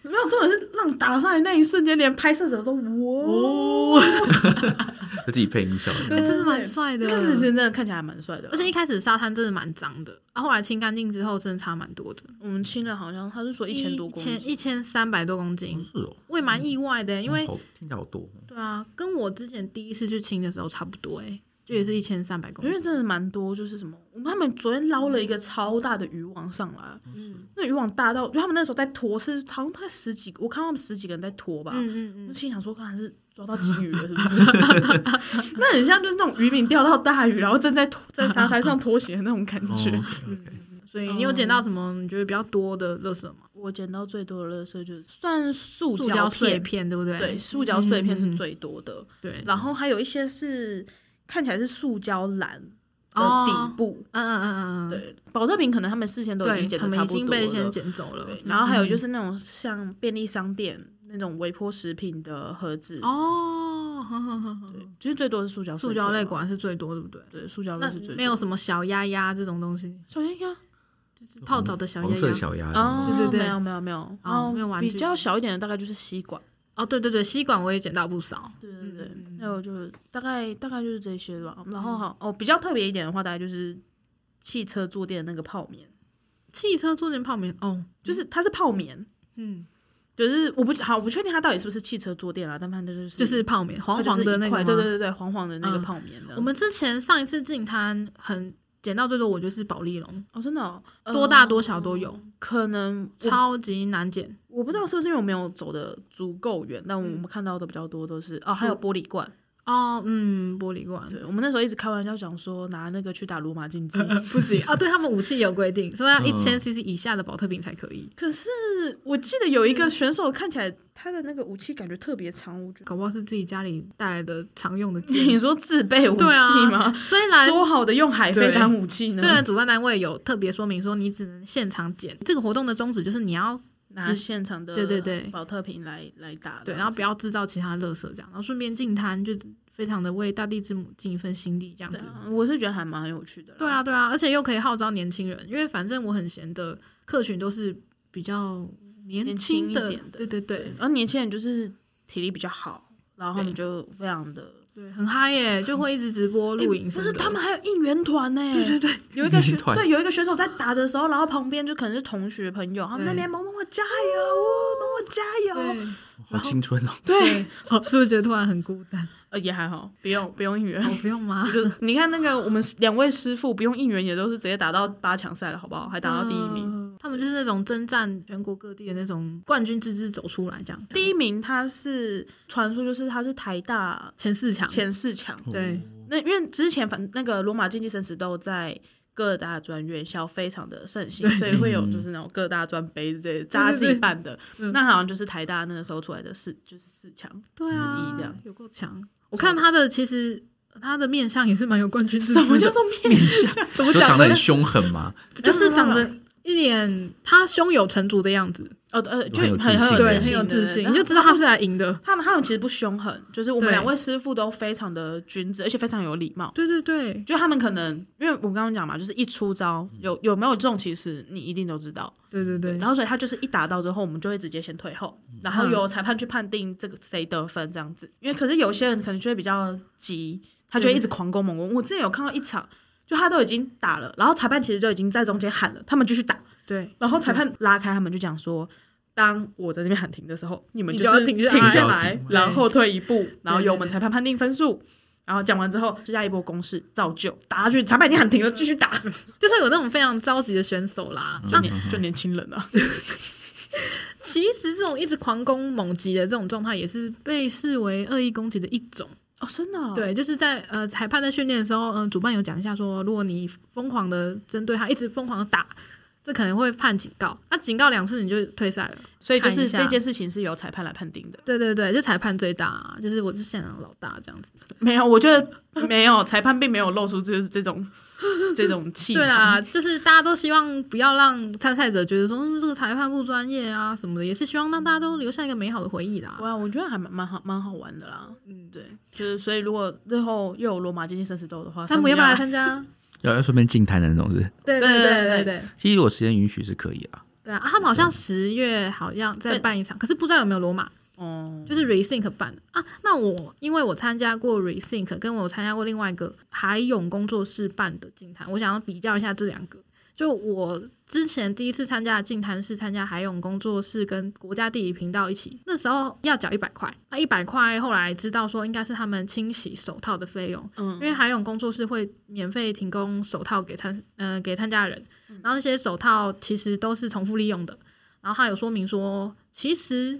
[SPEAKER 2] 没有，重点是浪打上来那一瞬间，连拍摄者都哇，
[SPEAKER 3] 哦，
[SPEAKER 4] 自己配音效哦应，
[SPEAKER 2] 对
[SPEAKER 3] 哎真的蛮帅的。
[SPEAKER 2] 那个是真的看起来还蛮帅的啦。
[SPEAKER 3] 而且一开始沙滩真的蛮脏的，啊，后来清干净之后，真的差蛮多的，
[SPEAKER 2] 我们亲了好像他是说一千多公斤，
[SPEAKER 3] 一千三百多公斤，
[SPEAKER 4] 是哦，
[SPEAKER 3] 我也蛮意外的、因为
[SPEAKER 4] 好听起来好多，
[SPEAKER 3] 对啊，跟我之前第一次去清的时候差不多、哎，就也是一千三百公
[SPEAKER 2] 因为
[SPEAKER 3] 斤，
[SPEAKER 2] 真的蛮多，就是什么，我们他们昨天捞了一个超大的渔网上来，
[SPEAKER 3] 嗯
[SPEAKER 2] 那渔网大到，就他们那时候在拖，是好像才十几个，我看他们十几个人在拖吧，
[SPEAKER 3] 嗯
[SPEAKER 2] 我
[SPEAKER 3] 嗯
[SPEAKER 2] 心想说，刚才是抓到金鱼了，是不是？那很像就是 那种渔民钓到大鱼，然后正在拖在沙滩上拖鞋的那种感觉。
[SPEAKER 4] 哦
[SPEAKER 3] 嗯，所以你有捡到什么你觉得比较多的垃圾吗？
[SPEAKER 2] 我捡到最多的垃圾就是算塑
[SPEAKER 3] 塑胶
[SPEAKER 2] 胶
[SPEAKER 3] 碎
[SPEAKER 2] 片，
[SPEAKER 3] 片，对不对？
[SPEAKER 2] 对，塑胶碎片
[SPEAKER 3] 嗯嗯
[SPEAKER 2] 是
[SPEAKER 3] 嗯
[SPEAKER 2] 最多的，
[SPEAKER 3] 对，
[SPEAKER 2] 然后还有一些是看起来是塑胶篮的
[SPEAKER 3] 哦
[SPEAKER 2] 底部。
[SPEAKER 3] 嗯嗯嗯嗯嗯，
[SPEAKER 2] 对，保特瓶可能他们事先都已经
[SPEAKER 3] 对，
[SPEAKER 2] 剪
[SPEAKER 3] 他
[SPEAKER 2] 的
[SPEAKER 3] 们
[SPEAKER 2] 差
[SPEAKER 3] 已
[SPEAKER 2] 不多
[SPEAKER 3] 经
[SPEAKER 2] 了，嗯
[SPEAKER 3] 被先捡走了
[SPEAKER 2] 对，，然后还有就是是那种像便利商店那种微波食品的盒子，
[SPEAKER 3] 哦， 呵呵呵呵
[SPEAKER 2] 对，就是最多是塑胶碎
[SPEAKER 3] 塑
[SPEAKER 2] 片
[SPEAKER 3] 胶类
[SPEAKER 2] 嘛
[SPEAKER 3] 果，然是最多，对不对？
[SPEAKER 2] 对，塑胶类
[SPEAKER 3] 那
[SPEAKER 2] 是最
[SPEAKER 3] 没有
[SPEAKER 2] 多
[SPEAKER 3] 什么小鸭鸭这种东西，
[SPEAKER 2] 小鸭鸭
[SPEAKER 3] 泡澡的小鸭
[SPEAKER 4] 红色的
[SPEAKER 3] 鸭。
[SPEAKER 4] 小鸭，
[SPEAKER 2] 哦，
[SPEAKER 3] 嗯对对对
[SPEAKER 2] 没有没有没有，然
[SPEAKER 3] 哦
[SPEAKER 2] 后
[SPEAKER 3] 没有玩具
[SPEAKER 2] 比较小一点的大概就是吸管，
[SPEAKER 3] 哦，对对对，吸管我也捡到不少。
[SPEAKER 2] 对对对
[SPEAKER 3] 嗯嗯嗯，
[SPEAKER 2] 还有就是大概大概就是这些吧，然后好哦，比较特别一点的话，大概就是汽车坐垫的那个泡棉，
[SPEAKER 3] 汽车坐垫泡棉，哦，
[SPEAKER 2] 就是它是泡棉，
[SPEAKER 3] 嗯，
[SPEAKER 2] 就是我不好，我不确定它到底是不是汽车坐垫啦，但反正就是
[SPEAKER 3] 就是泡棉，
[SPEAKER 2] 它
[SPEAKER 3] 黄
[SPEAKER 2] 就是
[SPEAKER 3] 黄的那
[SPEAKER 2] 一
[SPEAKER 3] 个
[SPEAKER 2] 块
[SPEAKER 3] 吗。
[SPEAKER 2] 对对对对，黄黄的那个
[SPEAKER 3] 嗯
[SPEAKER 2] 泡棉的。
[SPEAKER 3] 我们之前上一次进滩很捡到最多，我就是宝丽龙，
[SPEAKER 2] 哦，真的哦、呃
[SPEAKER 3] 多大多小都
[SPEAKER 2] 嗯
[SPEAKER 3] 有，
[SPEAKER 2] 可能我
[SPEAKER 3] 超级难捡。
[SPEAKER 2] 我不知道是不是因为我没有走的足够远，但我
[SPEAKER 3] 嗯
[SPEAKER 2] 们看到的比较多都是哦，还有玻璃罐。
[SPEAKER 3] 哦，嗯，玻璃罐
[SPEAKER 2] 对，我们那时候一直开玩笑讲说拿那个去打罗马竞 技，
[SPEAKER 3] 不行啊，对他们武器有规定，说要
[SPEAKER 4] 嗯
[SPEAKER 3] 一千 CC 以下的保特瓶才可以，
[SPEAKER 2] 可是我记得有一个选手看起来他的那个武器感觉特别长，我觉 得。
[SPEAKER 3] 搞不好是自己家里带来的常用的
[SPEAKER 2] 你
[SPEAKER 3] 剑。
[SPEAKER 2] 说自备武
[SPEAKER 3] 对
[SPEAKER 2] 器
[SPEAKER 3] 啊
[SPEAKER 2] 吗，？
[SPEAKER 3] 虽然
[SPEAKER 2] 说好的用海飞
[SPEAKER 3] 对
[SPEAKER 2] 当武器呢
[SPEAKER 3] 虽？然主办单位有特别说明说你只能现场捡，这个活动的宗旨就是你要
[SPEAKER 2] 拿现场的
[SPEAKER 3] 对对对
[SPEAKER 2] 保特瓶来来打，
[SPEAKER 3] 对，然后不要制造其他垃圾这样，然后顺便进摊，就非常的为大地之母尽一份心力这样
[SPEAKER 2] 对
[SPEAKER 3] 子。
[SPEAKER 2] 啊，我是觉得还蛮有趣的。
[SPEAKER 3] 对啊，，对啊，而且又可以号召年轻人，因为反正我很闲的客群都是比较年
[SPEAKER 2] 年轻
[SPEAKER 3] 轻
[SPEAKER 2] 一
[SPEAKER 3] 的，
[SPEAKER 2] 点的
[SPEAKER 3] 对对对
[SPEAKER 2] 然后年轻人就是体力比较好，然后他们
[SPEAKER 3] 对
[SPEAKER 2] 就非常的。
[SPEAKER 3] 对，很嗨耶、就会一直直播录影
[SPEAKER 2] 哎不
[SPEAKER 3] 什么
[SPEAKER 2] 是，
[SPEAKER 3] 的。
[SPEAKER 2] 他们还有应援团呢、对对对，有一个
[SPEAKER 4] 应援
[SPEAKER 2] 选
[SPEAKER 4] 团
[SPEAKER 2] 对有一个选手在打的时候，然后旁边就可能是同学朋友，他们那边某某某加油，哦某某加油，
[SPEAKER 3] 对
[SPEAKER 4] 好青春哦，
[SPEAKER 2] 对，
[SPEAKER 3] 对，好，是不是觉得突然很孤单？
[SPEAKER 2] 呃也还好，不用不用应援。
[SPEAKER 3] 我不用吗？
[SPEAKER 2] 就你看那个我们两位师傅不用应援也都是直接打到八强赛了，好不好？还打到第一名。
[SPEAKER 3] 嗯他们就是那种征战全国各地的那种冠军之姿走出来，这样
[SPEAKER 2] 第一名他是传说就是他是台大
[SPEAKER 3] 前四强，
[SPEAKER 2] 前四强，
[SPEAKER 4] 哦
[SPEAKER 3] 对
[SPEAKER 2] 那因为之前反那个罗马竞技生死斗在各大专院校非常的盛行，所以会有就是那种各大专杯之类的，大家自己办的。
[SPEAKER 3] 嗯对嗯
[SPEAKER 2] 那好像就是台大那个时候出来的四就是四强，
[SPEAKER 3] 对啊，
[SPEAKER 2] 一这样
[SPEAKER 3] 有够强。我看他的其实他的面相也是蛮有冠军之姿
[SPEAKER 2] 什
[SPEAKER 3] 的，
[SPEAKER 2] 么叫做面相？
[SPEAKER 3] 怎么
[SPEAKER 4] 就
[SPEAKER 3] 讲
[SPEAKER 4] 长得
[SPEAKER 3] 呢
[SPEAKER 4] 很？凶狠嘛，
[SPEAKER 3] 就是长得一脸他胸有成竹的样子，
[SPEAKER 2] 呃呃，就
[SPEAKER 4] 很有
[SPEAKER 2] 很
[SPEAKER 4] 自信
[SPEAKER 2] 有
[SPEAKER 3] 对，
[SPEAKER 4] 对
[SPEAKER 2] 自
[SPEAKER 3] 很
[SPEAKER 2] 信
[SPEAKER 3] 有
[SPEAKER 2] 的，
[SPEAKER 3] 自信，
[SPEAKER 2] 对
[SPEAKER 3] 你就知道他是。来 赢的。
[SPEAKER 2] 他们他们其实不凶狠，就是我们
[SPEAKER 3] 对
[SPEAKER 2] 两位师傅都非常的君子，而且非常有礼貌。
[SPEAKER 3] 对对对，
[SPEAKER 2] 就他们可能，因为我刚刚讲嘛，就是一出招
[SPEAKER 4] 嗯
[SPEAKER 2] 有有没有这种其实你一定都知道。
[SPEAKER 3] 对对对，
[SPEAKER 2] 然后所以他就是一打到之后，我们就会直接先退后，然后由裁判去判定这个谁得分这样子。因为可是有些人可能就会比较急，他就会一直狂攻猛攻。我之前有看到一场，就他都已经打了，然后裁判其实就已经在中间喊了，他们继续打，
[SPEAKER 3] 对，
[SPEAKER 2] 然后裁判拉开他们就讲说。当我在那边喊停的时候，你们
[SPEAKER 3] 你
[SPEAKER 2] 就
[SPEAKER 3] 就要
[SPEAKER 2] 是
[SPEAKER 3] 停
[SPEAKER 2] 停
[SPEAKER 3] 下
[SPEAKER 2] 下
[SPEAKER 4] 来停
[SPEAKER 2] 来
[SPEAKER 4] 下，
[SPEAKER 3] 来
[SPEAKER 2] 然后退一步，然后由我
[SPEAKER 3] 对
[SPEAKER 2] 们
[SPEAKER 3] 对对
[SPEAKER 2] 裁判判定分数。然后讲完之后，施加一波攻势，造就打下去。裁判已经喊停了，继续打，
[SPEAKER 3] 就是有那种非常着急的选手啦。
[SPEAKER 2] 就
[SPEAKER 3] 那
[SPEAKER 2] 年就年轻人啊，
[SPEAKER 3] 其实这种一直狂攻猛击的这种状态，也是被视为恶意攻击的一种。
[SPEAKER 2] 哦，真的、哦，
[SPEAKER 3] 对，就是在呃裁判在训练的时候，嗯、主办有讲一下说，如果你疯狂的针对他，一直疯狂的打，这可能会判警告。那、警告两次你就退赛了。
[SPEAKER 2] 所以就
[SPEAKER 3] 看一
[SPEAKER 2] 是
[SPEAKER 3] 下
[SPEAKER 2] 这件事情是由裁判来判定的。
[SPEAKER 3] 对对对，就裁判最大，就是我是现场老大这样子。
[SPEAKER 2] 没有，我觉 得没有，裁判并没有露出就是这种这种 气
[SPEAKER 3] 对
[SPEAKER 2] 场。
[SPEAKER 3] 啊，就是大家都希望不要让参赛者觉得说，嗯，这个裁判不专业啊什么的，也是希望让大家都留下一个美好的回忆啦。
[SPEAKER 2] 哇，我觉得还蛮蛮好，蛮好玩的啦。嗯，对，就是所以如果日后又有罗马竞技生死斗的话，
[SPEAKER 3] 山姆
[SPEAKER 2] 也
[SPEAKER 3] 要哦不要来参加？
[SPEAKER 4] 要要顺便净滩的那种是不是，
[SPEAKER 3] 对
[SPEAKER 2] 对
[SPEAKER 3] 对
[SPEAKER 2] 对
[SPEAKER 3] 对
[SPEAKER 2] 对
[SPEAKER 3] 对
[SPEAKER 4] 其实如果时间允许是可以啊。
[SPEAKER 3] 对啊！啊他们好像十月好像在
[SPEAKER 2] 对
[SPEAKER 3] 办一场，可是不知道有没有罗马，
[SPEAKER 2] 哦，
[SPEAKER 3] 就是 Rethink 办的啊。那我因为我参加过 Rethink，跟我参加过另外一个海泳工作室办的竞谈，我想要比较一下这两个。就我之前第一次参加的竞谈是参加海泳工作室跟国家地理频道一起，那时候要缴一百块，那一百块后来知道说应该是他们清洗手套的费用，
[SPEAKER 2] 嗯
[SPEAKER 3] 因，为海泳工作室会免费提供手套给参呃给参加人，然后那些手套其实都是重复利用的，然后他有说明说，其实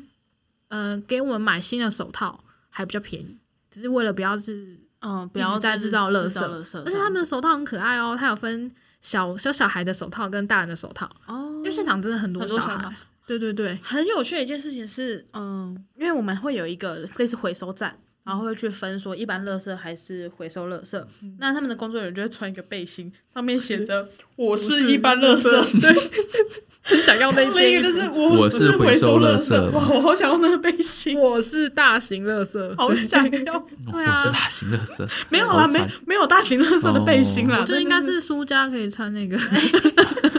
[SPEAKER 3] 呃给我们买新的手套还比较便宜，只是为了不要是，
[SPEAKER 2] 嗯，不
[SPEAKER 3] 一
[SPEAKER 2] 要
[SPEAKER 3] 直在制造垃圾
[SPEAKER 2] 垃圾
[SPEAKER 3] 而且他们的手套很可爱哦，它有分小小小孩的手套跟大人的手套，
[SPEAKER 2] 哦，
[SPEAKER 3] 因为现场真的很多
[SPEAKER 2] 很多
[SPEAKER 3] 小
[SPEAKER 2] 小
[SPEAKER 3] 孩，
[SPEAKER 2] 孩
[SPEAKER 3] 对对对
[SPEAKER 2] 很有趣的一件事情是，嗯，因为我们会有一个类似回收站，然后会去分说一般垃圾还是回收垃圾。那他们的工作人员就会穿一个背心，上面写着“我是一般垃圾”，对，
[SPEAKER 3] 很想要那一
[SPEAKER 2] 另一
[SPEAKER 3] 件
[SPEAKER 2] 个
[SPEAKER 3] 衣
[SPEAKER 2] 就是
[SPEAKER 3] 服，
[SPEAKER 2] 我
[SPEAKER 4] 我是
[SPEAKER 2] 回
[SPEAKER 4] 回收
[SPEAKER 2] 垃
[SPEAKER 4] 垃圾
[SPEAKER 2] 哇， 我好想要那个背 心，
[SPEAKER 3] 我是大型垃圾，
[SPEAKER 2] 好想要。
[SPEAKER 3] 对啊
[SPEAKER 4] 我是大型垃圾，
[SPEAKER 2] 没有啦，
[SPEAKER 4] 好
[SPEAKER 2] 没
[SPEAKER 4] 惨哦
[SPEAKER 2] 没有大型垃圾的背心啦，
[SPEAKER 3] 我觉得应该是输家可以穿那个，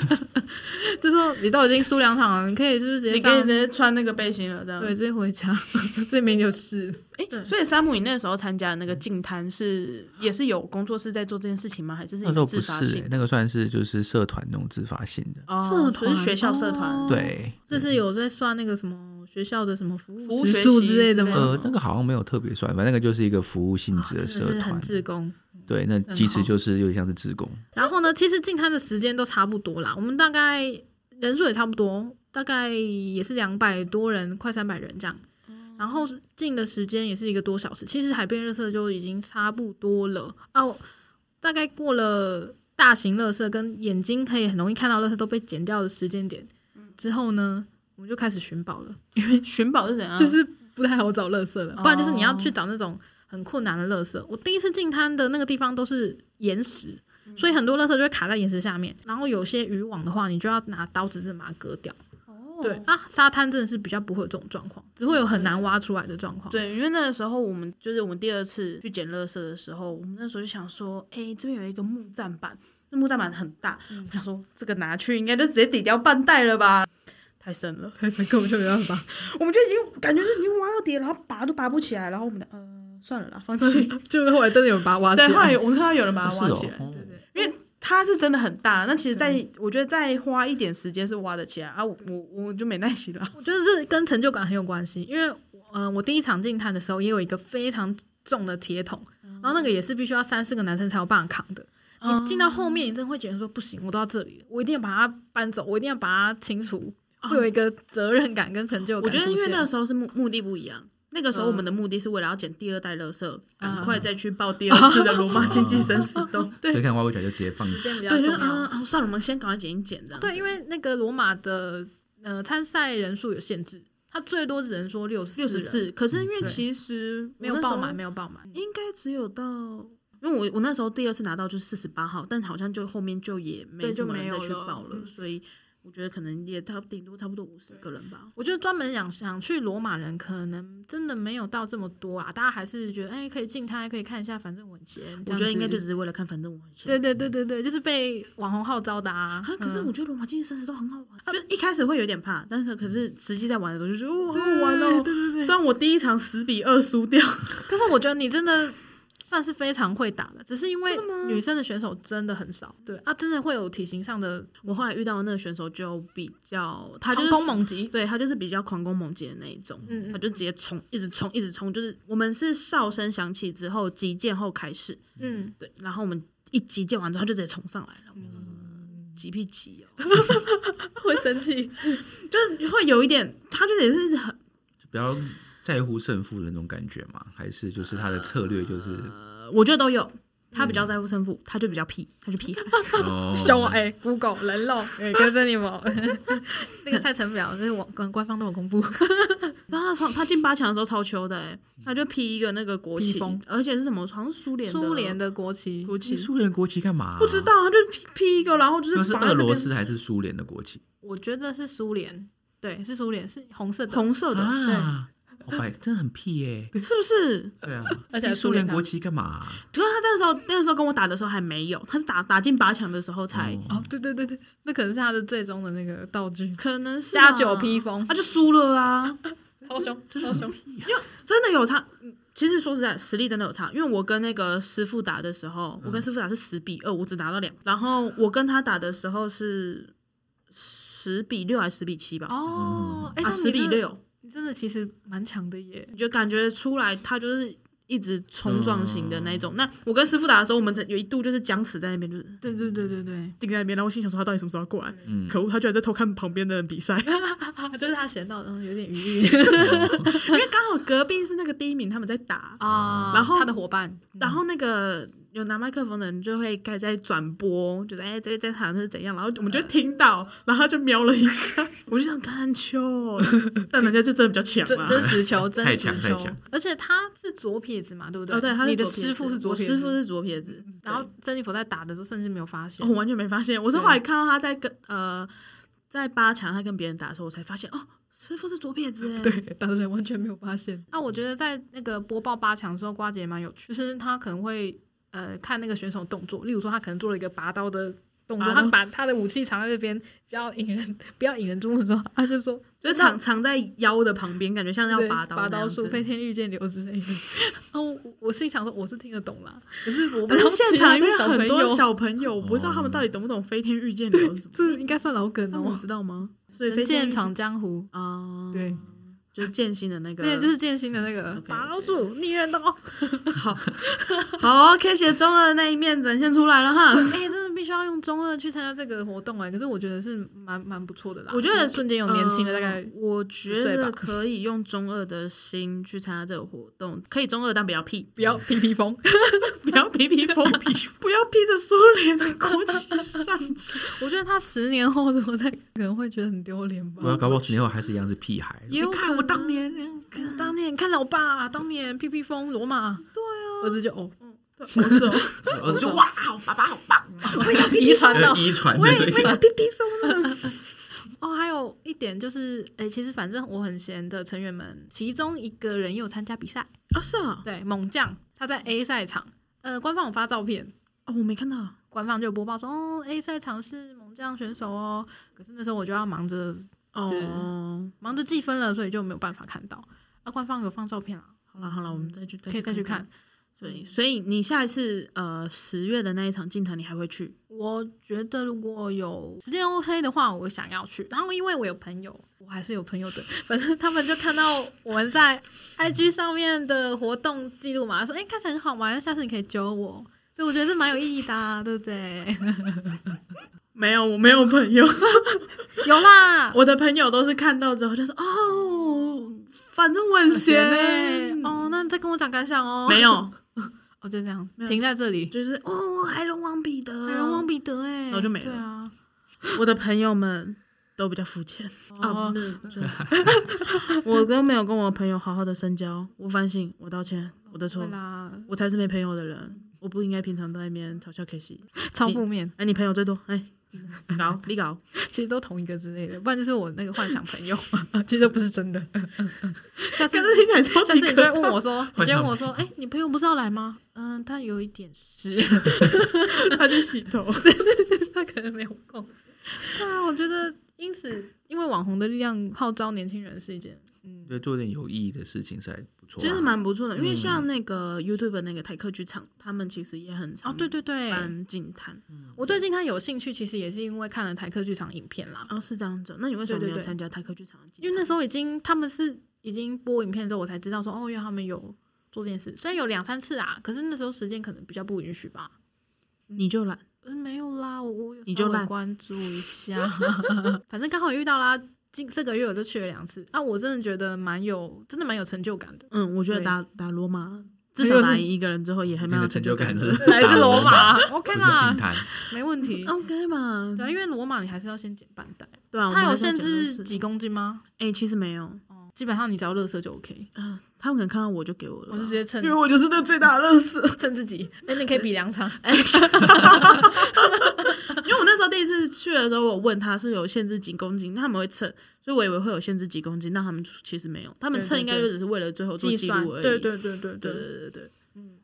[SPEAKER 3] 就说你都已经输两场了，你可以就是直接
[SPEAKER 2] 你可以
[SPEAKER 3] 上
[SPEAKER 2] 直，接穿那个背心了，这样。
[SPEAKER 3] 对，直接回家， 这边就是
[SPEAKER 2] 哎，所以山姆，你那时候参加的那个净滩是也是有工作室在做这件事情吗？还是是
[SPEAKER 4] 那
[SPEAKER 2] 你
[SPEAKER 4] 时候
[SPEAKER 2] 们
[SPEAKER 4] 不
[SPEAKER 2] 自
[SPEAKER 4] 是
[SPEAKER 2] 发
[SPEAKER 4] 欸、
[SPEAKER 2] 性？
[SPEAKER 4] 那个算是就是社团那种自发性的，
[SPEAKER 2] 哦
[SPEAKER 3] 社团
[SPEAKER 2] 就是学校社团
[SPEAKER 3] 哦，
[SPEAKER 4] 对。
[SPEAKER 3] 这是有在算那个什么学校的什么服
[SPEAKER 2] 服
[SPEAKER 3] 务
[SPEAKER 2] 务
[SPEAKER 3] 时
[SPEAKER 2] 学
[SPEAKER 3] 数
[SPEAKER 2] 习
[SPEAKER 3] 之类的
[SPEAKER 2] 之类
[SPEAKER 3] 吗？
[SPEAKER 2] 的
[SPEAKER 4] 呃，那个好像没有特别算，反正那个就是一个服务性质
[SPEAKER 3] 真的
[SPEAKER 4] 嗯社
[SPEAKER 3] 是
[SPEAKER 4] 团
[SPEAKER 3] 很，志工。
[SPEAKER 4] 对，那其实就是有点像是志工，
[SPEAKER 3] 然后呢，其实进摊的时间都差不多啦，我们大概人数也差不多，大概也是两百多人，快三百人这样。然后进的时间也是一个多小时，其实海边热色就已经差不多了哦、大概过了大型乐色跟眼睛可以很容易看到乐色都被剪掉的时间点之后呢，我们就开始寻宝了，
[SPEAKER 2] 寻宝是怎样？
[SPEAKER 3] 就是不太好找乐色了，
[SPEAKER 2] 嗯哦
[SPEAKER 3] 不然就是你要去找那种很困难的乐色。我第一次进滩的那个地方都是岩石，所以很多乐色就会卡在岩石下面，然后有些渔网的话，你就要拿刀子把它割掉。
[SPEAKER 2] 哦
[SPEAKER 3] 对啊，沙滩真的是比较不会有这种状况，只会有很难挖出来的状况。
[SPEAKER 2] 对，因为那个时候我们就是我们第二次去捡垃圾的时候，我们那时候就想说，哎、这边有一个木栈板，那木栈板很大，我想说这个拿去应该就直接抵掉半袋了吧，太深了，
[SPEAKER 3] 对，根本就没办法。
[SPEAKER 2] 我们就已经感觉是已经挖到底了，然后拔都拔不起来，然后我们俩呃算了啦，放弃。
[SPEAKER 3] 就是后来真的有人把它挖起
[SPEAKER 2] 对，后来
[SPEAKER 3] 来。
[SPEAKER 2] 有我们看到有人把它
[SPEAKER 4] 是
[SPEAKER 2] 挖
[SPEAKER 4] 哦
[SPEAKER 2] 起来，，
[SPEAKER 4] 哦
[SPEAKER 3] 对 对
[SPEAKER 2] 它是真的很大，那其实在我觉得再花一点时间是挖得起来啊，我我我就没耐心了。
[SPEAKER 3] 我觉得这跟成就感很有关系，因为嗯、呃我第一场进摊的时候也有一个非常重的铁桶，
[SPEAKER 2] 嗯
[SPEAKER 3] 然后那个也是必须要三四个男生才有办法扛的。你进到后面，你真的会觉得说不行，我到这里了，我一定要把它搬走，我一定要把它清除，会有一个责任感跟成就
[SPEAKER 2] 啊我
[SPEAKER 3] 感出
[SPEAKER 2] 觉
[SPEAKER 3] 现。
[SPEAKER 2] 得因为那个时候是目目的不一样，那个时候
[SPEAKER 3] 嗯啊
[SPEAKER 2] 我们的目的是为了要捡第二代垃圾，赶快再去报第二次的罗马竞技生 死斗。
[SPEAKER 4] 所以看挖不起来就直接放
[SPEAKER 3] 时间比较
[SPEAKER 2] 对，
[SPEAKER 3] 重
[SPEAKER 2] 就是
[SPEAKER 3] 要。
[SPEAKER 2] 啊啊，算了，我们先赶快捡一捡这样子。
[SPEAKER 3] 嗯对，因为那个罗马的呃参赛人数有限制，它最多只能说六十
[SPEAKER 2] 六十四，可是因为
[SPEAKER 3] 对
[SPEAKER 2] 其实
[SPEAKER 3] 没有
[SPEAKER 2] 我那时
[SPEAKER 3] 爆
[SPEAKER 2] 候
[SPEAKER 3] 满，，没有爆满。
[SPEAKER 2] 应该只有到。因为我我那时候第二次拿到就是四十八号，但好像就后面就也没
[SPEAKER 3] 对
[SPEAKER 2] 什
[SPEAKER 3] 就
[SPEAKER 2] 么人
[SPEAKER 3] 没有
[SPEAKER 2] 再去
[SPEAKER 3] 了
[SPEAKER 2] 报了，
[SPEAKER 3] 嗯
[SPEAKER 2] 所以我觉得可能也差顶多差不多五十个人吧。
[SPEAKER 3] 我觉得专门想想去罗马人，可能真的没有到这么多啊。大家还是觉得，哎，可以进它，可以看一下，反正我很闲。这
[SPEAKER 2] 我
[SPEAKER 3] 样
[SPEAKER 2] 觉得应该
[SPEAKER 3] 子
[SPEAKER 2] 就只是为了看，反正我很闲。
[SPEAKER 3] 对对对对对，就是被网红号召的啊。
[SPEAKER 2] 啊，可是
[SPEAKER 3] 嗯啊
[SPEAKER 2] 我觉得罗马竞技生死都很好玩，就一开始会有点怕，但是可是实际在玩的时候就觉得哦，好好玩哦。
[SPEAKER 3] 嗯对对对
[SPEAKER 2] 虽然我第一场十比二输掉，
[SPEAKER 3] 可是我觉得你真的算是非常会打的，只是因为女生的选手真的很少，对啊，真的会有体型上的
[SPEAKER 2] 我后来遇到的那个选手就比较，他啊就
[SPEAKER 3] 狂
[SPEAKER 2] 是
[SPEAKER 3] 攻猛击。
[SPEAKER 2] 对他就是比较狂攻猛击的那一种，
[SPEAKER 3] 嗯嗯
[SPEAKER 2] 他就直接冲，一直冲，一直冲，就是我们是哨声响起之后，击剑后开始，
[SPEAKER 3] 嗯，
[SPEAKER 2] 对，然后我们一击剑完之后，他就直接冲上来了，
[SPEAKER 3] 嗯
[SPEAKER 2] 急屁急哦，
[SPEAKER 3] 会生气。
[SPEAKER 2] 就是会有一点，他就也是很，
[SPEAKER 4] 就比较在乎胜负的那种感觉嘛，还是就是他的策略就是
[SPEAKER 2] 呃我觉得都有，他比较在乎胜
[SPEAKER 3] 嗯
[SPEAKER 2] 负，他就比较屁，他就屁 孩，
[SPEAKER 4] 哦，
[SPEAKER 3] 凶哎、g o o g l e 人肉哎、跟着你们 那个赛程表，这是我跟官方都有公布。
[SPEAKER 2] 然后他从他进八强的时候超球的、欸，他就披一个那个国
[SPEAKER 3] 披
[SPEAKER 2] 旗
[SPEAKER 3] 风，
[SPEAKER 2] 而且是什么？好像是苏联的
[SPEAKER 3] 苏联的国旗，
[SPEAKER 2] 国旗
[SPEAKER 4] 你，苏联国旗干嘛？
[SPEAKER 2] 不知道，，他就披披一个，然后就
[SPEAKER 4] 嗯就是是
[SPEAKER 2] 绑在
[SPEAKER 4] 俄
[SPEAKER 2] 这
[SPEAKER 4] 罗
[SPEAKER 2] 边
[SPEAKER 4] 斯还是苏联的国旗
[SPEAKER 3] 我觉得是苏联，对，是苏联，是红色的，
[SPEAKER 2] 红色的，
[SPEAKER 4] 啊？哦，哎，真的很屁耶！
[SPEAKER 2] 对，是不是？
[SPEAKER 4] 对啊，
[SPEAKER 3] 而且还
[SPEAKER 4] 你
[SPEAKER 3] 是
[SPEAKER 4] 苏联
[SPEAKER 3] 他
[SPEAKER 4] 国旗干嘛？啊
[SPEAKER 2] 可是他那时候那时候跟我打的时候还没有，他是打打进八强的时候才，
[SPEAKER 4] 哦
[SPEAKER 3] 哦，对对对对，那可能是他的最终的那个道具，
[SPEAKER 2] 可能是吧
[SPEAKER 3] 加九披，风
[SPEAKER 2] 他，就输了啊！
[SPEAKER 3] 超凶，超凶。
[SPEAKER 2] 真的有差，嗯其实说实在，实力真的有差。因为我跟那个师傅打的时
[SPEAKER 4] 嗯
[SPEAKER 2] 候，我跟师傅打是十比二，我只拿到两，然后我跟他打的时候是十比六还是十比七吧？
[SPEAKER 4] 嗯
[SPEAKER 3] 哦，哎、
[SPEAKER 2] 啊，
[SPEAKER 3] 那
[SPEAKER 2] 十
[SPEAKER 3] 你
[SPEAKER 2] 比
[SPEAKER 3] 真的，
[SPEAKER 2] 六，
[SPEAKER 3] 你真的其实蛮强的耶。
[SPEAKER 2] 你就感觉出来他就是一直冲撞型的那种。那我跟师傅打的时候，我们这有一度就是僵持在那边，就是
[SPEAKER 3] 对对对对对，
[SPEAKER 2] 定在那边。然后我心想说，他到底什么时候要过来？
[SPEAKER 4] 嗯，
[SPEAKER 2] 可恶，他居然在偷看旁边的人比赛，
[SPEAKER 3] 就是他闲到嗯有点余裕
[SPEAKER 2] 因为刚好隔壁是那个第一名，他们在打，
[SPEAKER 3] 啊
[SPEAKER 2] 然后
[SPEAKER 3] 他的伙伴，
[SPEAKER 2] 然后那个。有拿麦克风的人就会开始在转播，觉得哎，这这场是怎样，然后我们就听到，然后他就瞄了一下， 我就想看球， 但人家就真的比较强
[SPEAKER 3] 真
[SPEAKER 2] 啊。
[SPEAKER 3] 真实 球，真
[SPEAKER 4] 太
[SPEAKER 3] 实
[SPEAKER 4] 强太
[SPEAKER 3] 球
[SPEAKER 4] 强，
[SPEAKER 3] 而且他是左撇子嘛，对不对？
[SPEAKER 2] 哦，对，他是
[SPEAKER 3] 你的
[SPEAKER 2] 左撇
[SPEAKER 3] 师傅
[SPEAKER 2] 子嗯
[SPEAKER 3] 是哦左
[SPEAKER 2] 我
[SPEAKER 3] 撇子，
[SPEAKER 2] 师傅是左撇子，
[SPEAKER 3] 然后珍妮佛在打的时候甚至没有发现
[SPEAKER 2] 我，哦完全没发现，我是后来看到他在跟呃在八强他跟别人打的时候，我才发现哦，师傅是左撇子 哎。
[SPEAKER 3] 对，当然完全没有发现。嗯那我觉得在那个播报八强的时候，瓜姐也蛮有趣，就是她可能会呃看那个选手动作，例如说她可能做了一个拔刀的动作，
[SPEAKER 2] 拔刀
[SPEAKER 3] 她把她的武器藏在这边，不要引人不要引人注目的时候，她就 说
[SPEAKER 2] 就是藏藏在腰的旁边，感觉像是要
[SPEAKER 3] 对
[SPEAKER 2] 拔刀
[SPEAKER 3] 拔
[SPEAKER 2] 那
[SPEAKER 3] 刀
[SPEAKER 2] 样
[SPEAKER 3] 术
[SPEAKER 2] 子。
[SPEAKER 3] 飞天御剑流之类的。 然后我我心想说我是听得懂啦，可是我不
[SPEAKER 2] 但
[SPEAKER 3] 知道
[SPEAKER 2] 是现
[SPEAKER 3] 其他
[SPEAKER 2] 场
[SPEAKER 3] 的
[SPEAKER 2] 因为
[SPEAKER 3] 小朋
[SPEAKER 2] 很多
[SPEAKER 3] 友，哦
[SPEAKER 2] 小朋友，我不知道他们到底懂不懂飞天御剑流是什么，
[SPEAKER 3] 这应该算老梗
[SPEAKER 2] 那我
[SPEAKER 3] 哦。
[SPEAKER 2] 知道吗？所以飞
[SPEAKER 3] 人
[SPEAKER 2] 天
[SPEAKER 3] 剑
[SPEAKER 2] 御
[SPEAKER 3] 闯江湖，
[SPEAKER 2] 啊，
[SPEAKER 3] 对，
[SPEAKER 2] 就是剑心的那个，
[SPEAKER 3] 对，就是剑心的那个
[SPEAKER 2] OK，OK
[SPEAKER 3] 拔刀术逆刃刀。
[SPEAKER 2] 好 K 写中二的那一面展现出来了 哈。
[SPEAKER 3] 哎、真的必须要用中二去参加这个活动哎、可是我觉得是蛮蛮不错的啦。
[SPEAKER 2] 我觉得
[SPEAKER 3] 就是瞬间有年轻的，大概、
[SPEAKER 2] 呃我觉
[SPEAKER 3] 10岁吧
[SPEAKER 2] 得可以用中二的心去参加这个活动，可以中二但不要屁，
[SPEAKER 3] 不要皮皮风，
[SPEAKER 2] 不要披披风， 不要披着苏联的国旗 上阵，
[SPEAKER 3] 我觉得他十年后怎么在可能会觉得很丢脸吧
[SPEAKER 4] 我。要搞不好十年后还是一样是屁孩。
[SPEAKER 2] 也有可能。我当年那样，
[SPEAKER 3] 当年看老爸，当年皮皮风罗马，对啊，儿子就哦，
[SPEAKER 2] 我是哦
[SPEAKER 4] 我
[SPEAKER 2] 我
[SPEAKER 4] 呃就
[SPEAKER 2] 说
[SPEAKER 4] 哇，
[SPEAKER 2] 哇，爸爸好棒，我也要
[SPEAKER 3] 遗传到
[SPEAKER 4] 呃遗传的
[SPEAKER 2] 我也
[SPEAKER 4] 那
[SPEAKER 2] 我也
[SPEAKER 4] 个
[SPEAKER 2] 要披披风了。
[SPEAKER 3] 哦，还有一点就是，哎、其实反正我很闲的成员们，其中一个人也有参加比赛，
[SPEAKER 2] 啊，是啊，
[SPEAKER 3] 对，猛将他在 A 赛场，呃，官方有发照片，
[SPEAKER 2] 哦，我没看到。
[SPEAKER 3] 官方就有播报说，哦，A 赛场是猛将选手哦，可是那时候我就要忙着
[SPEAKER 2] 哦，
[SPEAKER 3] 忙着计分了，所以就没有办法看到。啊，官方有放照片啦，
[SPEAKER 2] 好了好了，我们再去
[SPEAKER 3] 可以再去看。。
[SPEAKER 2] 所以，所以你下一次呃十月的那一场竞谈，你还会去？
[SPEAKER 3] 我觉得如果有时间 OK 的话，我想要去。然后因为我有朋友，我还是有朋友的，反正他们就看到我们在 IG 上面的活动记录嘛，说哎、诶看起来很好玩，下次你可以揪我。所以我觉得是蛮有意义的、啊，对不对？
[SPEAKER 2] 没有，我没有朋友，
[SPEAKER 3] 有啦，
[SPEAKER 2] 我的朋友都是看到之后就说哦，反正我很闲欸
[SPEAKER 3] 嘞。哦，那你再跟我讲感想哦。
[SPEAKER 2] 没，有，
[SPEAKER 3] 哦，就这样
[SPEAKER 2] 没，有
[SPEAKER 3] 停在这里。
[SPEAKER 2] 就是哦，海龙王彼得，
[SPEAKER 3] 海龙王彼得哎、
[SPEAKER 2] 然后就没了
[SPEAKER 3] 对啊，
[SPEAKER 2] 我的朋友们都比较肤 浅啊，
[SPEAKER 3] 哦
[SPEAKER 2] 不是，就是我都没有跟我朋友好好的深交，我反省，我道歉，我的错
[SPEAKER 3] 对，啦，
[SPEAKER 2] 我才是没朋友的人，我不应该平常在外面嘲笑 K 西。
[SPEAKER 3] 超
[SPEAKER 2] 你
[SPEAKER 3] 负面。
[SPEAKER 2] 哎，你朋友最多，哎，搞你搞，
[SPEAKER 3] 其实都同一个之类的，不然就是我那个幻想朋友， 其实都不是 真的。下次
[SPEAKER 2] 可是听起来超
[SPEAKER 3] 下
[SPEAKER 2] 级
[SPEAKER 3] 次你就
[SPEAKER 2] 可
[SPEAKER 3] 会
[SPEAKER 2] 怕。
[SPEAKER 3] 问我说，你就会问我说，哎、你朋友不是要来吗？嗯，他有一点湿，
[SPEAKER 2] 他去洗 头，
[SPEAKER 3] 他可能没有空。对啊，我觉得因此，因为网红的力量号召年轻人是一件，嗯，
[SPEAKER 4] 对，做点有意义的事情是还不错、啊。
[SPEAKER 2] 其实蛮不错的，因为
[SPEAKER 4] 嗯
[SPEAKER 2] 像那个 YouTube 那个台客剧场，他们其实也很
[SPEAKER 3] 哦，
[SPEAKER 2] 常
[SPEAKER 3] 对对对，
[SPEAKER 2] 搬进摊。
[SPEAKER 3] 我对近他有兴趣，其实也是因为看了台客剧场影片啦，
[SPEAKER 2] 哦，是这样子哦。那你为什么没
[SPEAKER 3] 对对
[SPEAKER 2] 有
[SPEAKER 3] 对
[SPEAKER 2] 参加台客剧场的进
[SPEAKER 3] 因
[SPEAKER 2] 摊？
[SPEAKER 3] 为那时候已经他们是已经播影片之后，我才知道说，哦，原来他们有做这件事，虽然有两三次啊，可是那时候时间可能比较不允许吧。
[SPEAKER 2] 你就懒，
[SPEAKER 3] 嗯，没有啦，我我有
[SPEAKER 2] 你
[SPEAKER 3] 稍
[SPEAKER 2] 就
[SPEAKER 3] 微
[SPEAKER 2] 烂
[SPEAKER 3] 关注一下，反正刚好遇到啦。今这个月我就去了两次，啊，我真的觉得蛮有，真的蛮有成就感的。
[SPEAKER 2] 嗯，我觉得
[SPEAKER 3] 对
[SPEAKER 2] 打打罗马，
[SPEAKER 3] 没
[SPEAKER 2] 至
[SPEAKER 3] 有
[SPEAKER 2] 少打赢一个人之后也还
[SPEAKER 4] 你
[SPEAKER 2] 蛮有
[SPEAKER 4] 的成就
[SPEAKER 2] 就
[SPEAKER 4] 感是
[SPEAKER 2] 的。
[SPEAKER 3] 来自罗马
[SPEAKER 4] 不
[SPEAKER 3] ，OK
[SPEAKER 4] 是
[SPEAKER 3] 啦
[SPEAKER 4] 金，坛，
[SPEAKER 3] 没问题。
[SPEAKER 2] OK 嘛，
[SPEAKER 3] 对啊，因为罗马你还是要先减半袋，
[SPEAKER 2] 对啊，我们
[SPEAKER 3] 它有
[SPEAKER 2] 还是要
[SPEAKER 3] 限
[SPEAKER 2] 讲的
[SPEAKER 3] 制
[SPEAKER 2] 是
[SPEAKER 3] 几公斤吗？
[SPEAKER 2] 哎、其实没有，
[SPEAKER 3] 基本上你只要乐色就 OK，
[SPEAKER 2] 嗯，他们可能看到我就给我了吧，
[SPEAKER 3] 我就直接称
[SPEAKER 2] 因为我就是那最大的乐色。
[SPEAKER 3] 称自己。哎，你可以比两场，
[SPEAKER 2] 因为我那时候第一次去的时候，我有问他是有限制几公斤，他们会称，所以我以为会有限制几公斤，那他们其实没有，他们
[SPEAKER 3] 对对
[SPEAKER 2] 称应该
[SPEAKER 3] 对
[SPEAKER 2] 就只是为了最后做
[SPEAKER 3] 计
[SPEAKER 2] 记
[SPEAKER 3] 算。
[SPEAKER 2] 录而已。
[SPEAKER 3] 对对对对
[SPEAKER 2] 对
[SPEAKER 3] 对
[SPEAKER 2] 对对对，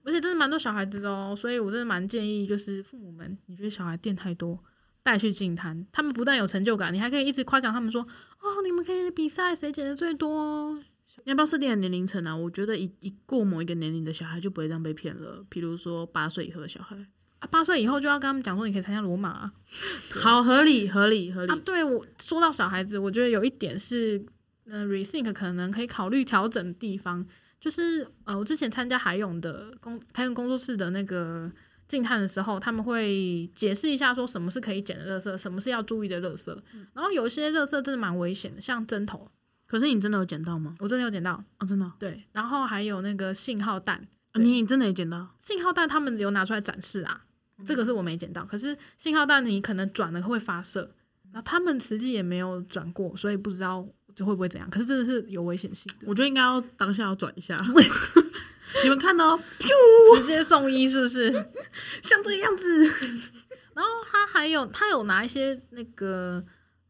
[SPEAKER 3] 而且真的蛮多小孩子的哦，所以我真的蛮建议，就是父母们，你觉得小孩店太多，带去净摊，他们不但有成就感，你还可以一直夸奖他们说，哦，你们可以比赛谁捡的最多哦。
[SPEAKER 2] 你要不要设定的年龄层啊？我觉得一一过某一个年龄的小孩就不会这样被骗了，比如说八岁以后的小孩，
[SPEAKER 3] 啊，八岁以后就要跟他们讲说，你可以参加罗马啊。
[SPEAKER 2] 好合理合理合理。
[SPEAKER 3] 啊对我说到小孩子，我觉得有一点是，嗯、呃、，rethink 可能可以考虑调整的地方，就是呃，我之前参加海勇的工海勇工作室的那个静探的时候，他们会解释一下说什么是可以捡的垃圾，什么是要注意的垃圾。
[SPEAKER 2] 嗯
[SPEAKER 3] 然后有一些垃圾真的蛮危险的，像针头，
[SPEAKER 2] 可是你真的有捡到吗？
[SPEAKER 3] 我真的有捡到，
[SPEAKER 2] 哦，真的哦、
[SPEAKER 3] 对。然后还有那个信号弹，
[SPEAKER 2] 啊
[SPEAKER 3] 对
[SPEAKER 2] 你真的也捡到？
[SPEAKER 3] 信号弹他们有拿出来展示啊，这个是我没捡到。可是信号弹你可能转了会发射，那他们实际也没有转过，所以不知道就会不会怎样。可是真的是有危险性的，
[SPEAKER 2] 我觉得应该要当下要转一 下。你们看哦，
[SPEAKER 3] 直接送医是不是？
[SPEAKER 2] 像这个样子，
[SPEAKER 3] 然后他还有他有拿一些那个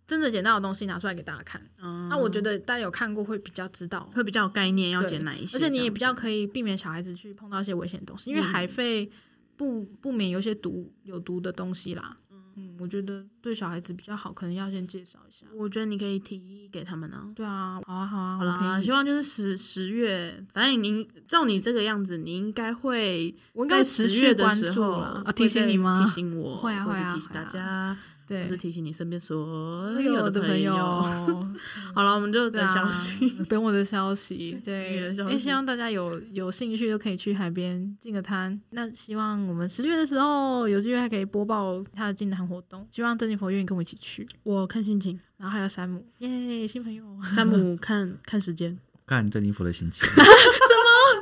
[SPEAKER 3] 真的捡到的东西拿出来给大家看，
[SPEAKER 2] 嗯
[SPEAKER 3] 那我觉得大家有看过会比较知道，
[SPEAKER 2] 会比较有概念要捡哪一些，
[SPEAKER 3] 而且你
[SPEAKER 2] 这
[SPEAKER 3] 也
[SPEAKER 2] 样子
[SPEAKER 3] 比较可以避免小孩子去碰到一些危险的东西，因为
[SPEAKER 2] 嗯
[SPEAKER 3] 海费不不免有一些毒有毒的东西啦。嗯，我觉得对小孩子比较好，可能要先介绍一下。
[SPEAKER 2] 我觉得你可以提议给他们呢、
[SPEAKER 3] 对啊，好啊，好啊，
[SPEAKER 2] 好
[SPEAKER 3] 我
[SPEAKER 2] 啦，
[SPEAKER 3] 可以
[SPEAKER 2] 希，望就是十十月，反正您照你这个样子，你应该会
[SPEAKER 3] 我应该
[SPEAKER 2] 在
[SPEAKER 3] 会持
[SPEAKER 2] 十
[SPEAKER 3] 续
[SPEAKER 2] 月的
[SPEAKER 3] 关
[SPEAKER 2] 时
[SPEAKER 3] 注
[SPEAKER 2] 候
[SPEAKER 3] 啦。啊，
[SPEAKER 2] 会
[SPEAKER 3] 提醒
[SPEAKER 2] 再
[SPEAKER 3] 你吗
[SPEAKER 2] 提？醒我，
[SPEAKER 3] 会啊
[SPEAKER 2] 或
[SPEAKER 3] 会
[SPEAKER 2] 是
[SPEAKER 3] 啊
[SPEAKER 2] 提醒
[SPEAKER 3] 会啊
[SPEAKER 2] 大家，
[SPEAKER 3] 对哎
[SPEAKER 2] 或是，提醒你身边所
[SPEAKER 3] 所
[SPEAKER 2] 有
[SPEAKER 3] 有的
[SPEAKER 2] 朋
[SPEAKER 3] 友，
[SPEAKER 2] 好了，我们就
[SPEAKER 3] 对
[SPEAKER 2] 等
[SPEAKER 3] 啊
[SPEAKER 2] 消息。，
[SPEAKER 3] 等我的消息。
[SPEAKER 2] 你
[SPEAKER 3] 对
[SPEAKER 2] 的，消
[SPEAKER 3] 也希
[SPEAKER 2] 息
[SPEAKER 3] 望大家有有兴趣就可以去海边进个摊。那希望我们十月的时候有机会还可以播报他的进摊活动，希望珍妮佛愿意跟我一起去。
[SPEAKER 2] 我看心 情，
[SPEAKER 3] 然后还有山姆，耶，新朋友，
[SPEAKER 2] 山姆看看时间，
[SPEAKER 4] 看珍妮佛的心情。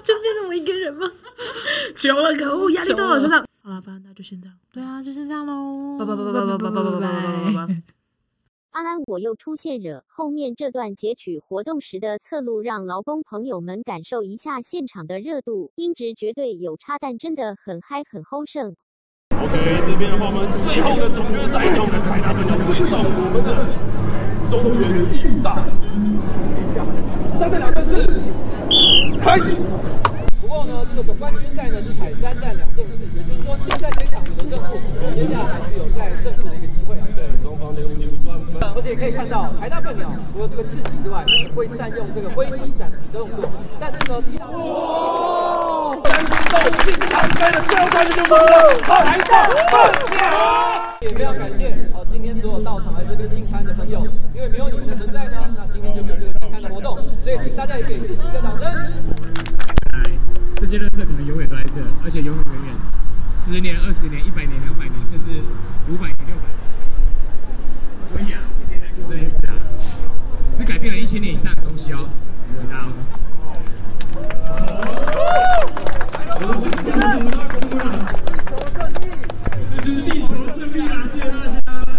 [SPEAKER 3] 就变成我一个人吗？
[SPEAKER 2] 求了，可恶，压力到我身上。好了，反正那就先这样，
[SPEAKER 3] 对啊，就是这样喽，
[SPEAKER 2] 拜拜拜拜拜拜拜拜拜拜拜拜。
[SPEAKER 1] 阿兰，我又出现惹。后面这段截取活动时的侧录，让劳工朋友们感受一下现场的热度，音质绝对有差，但真的很嗨，很齁盛。
[SPEAKER 5] OK，这边的话，我们最后的总决赛就跟台大朋友对上我们的中原地大师。再战两个字，开始。
[SPEAKER 6] 不过呢，这个总冠军赛呢是采三战两胜制，也就是说现在这一场有胜负，接下来还是有在胜负的一个机会啊。
[SPEAKER 5] 对，中方的五算分。
[SPEAKER 6] 而且可以看到，台大笨鸟除了这个刺激之外，也会善用这个挥击斩击的动作。但是呢，第二
[SPEAKER 5] 三十到五进展开了，最后开始就输了，台大笨鸟。
[SPEAKER 6] 也非常感谢哦，今天所有到场来这边进餐的朋友，因为没有你们的存在呢，那今天就没有这个进餐的活动，所以请大家也给自己一个掌声。
[SPEAKER 7] 这些垃圾可能永远都在这，而且永永远远，十年、二十年、一百年、两百年，甚至五百年、六百年。所以啊，我今天来做这件事啊，是改变了一千年以上的东西哦，很大哦。这就是地球胜利啊！谢谢大家。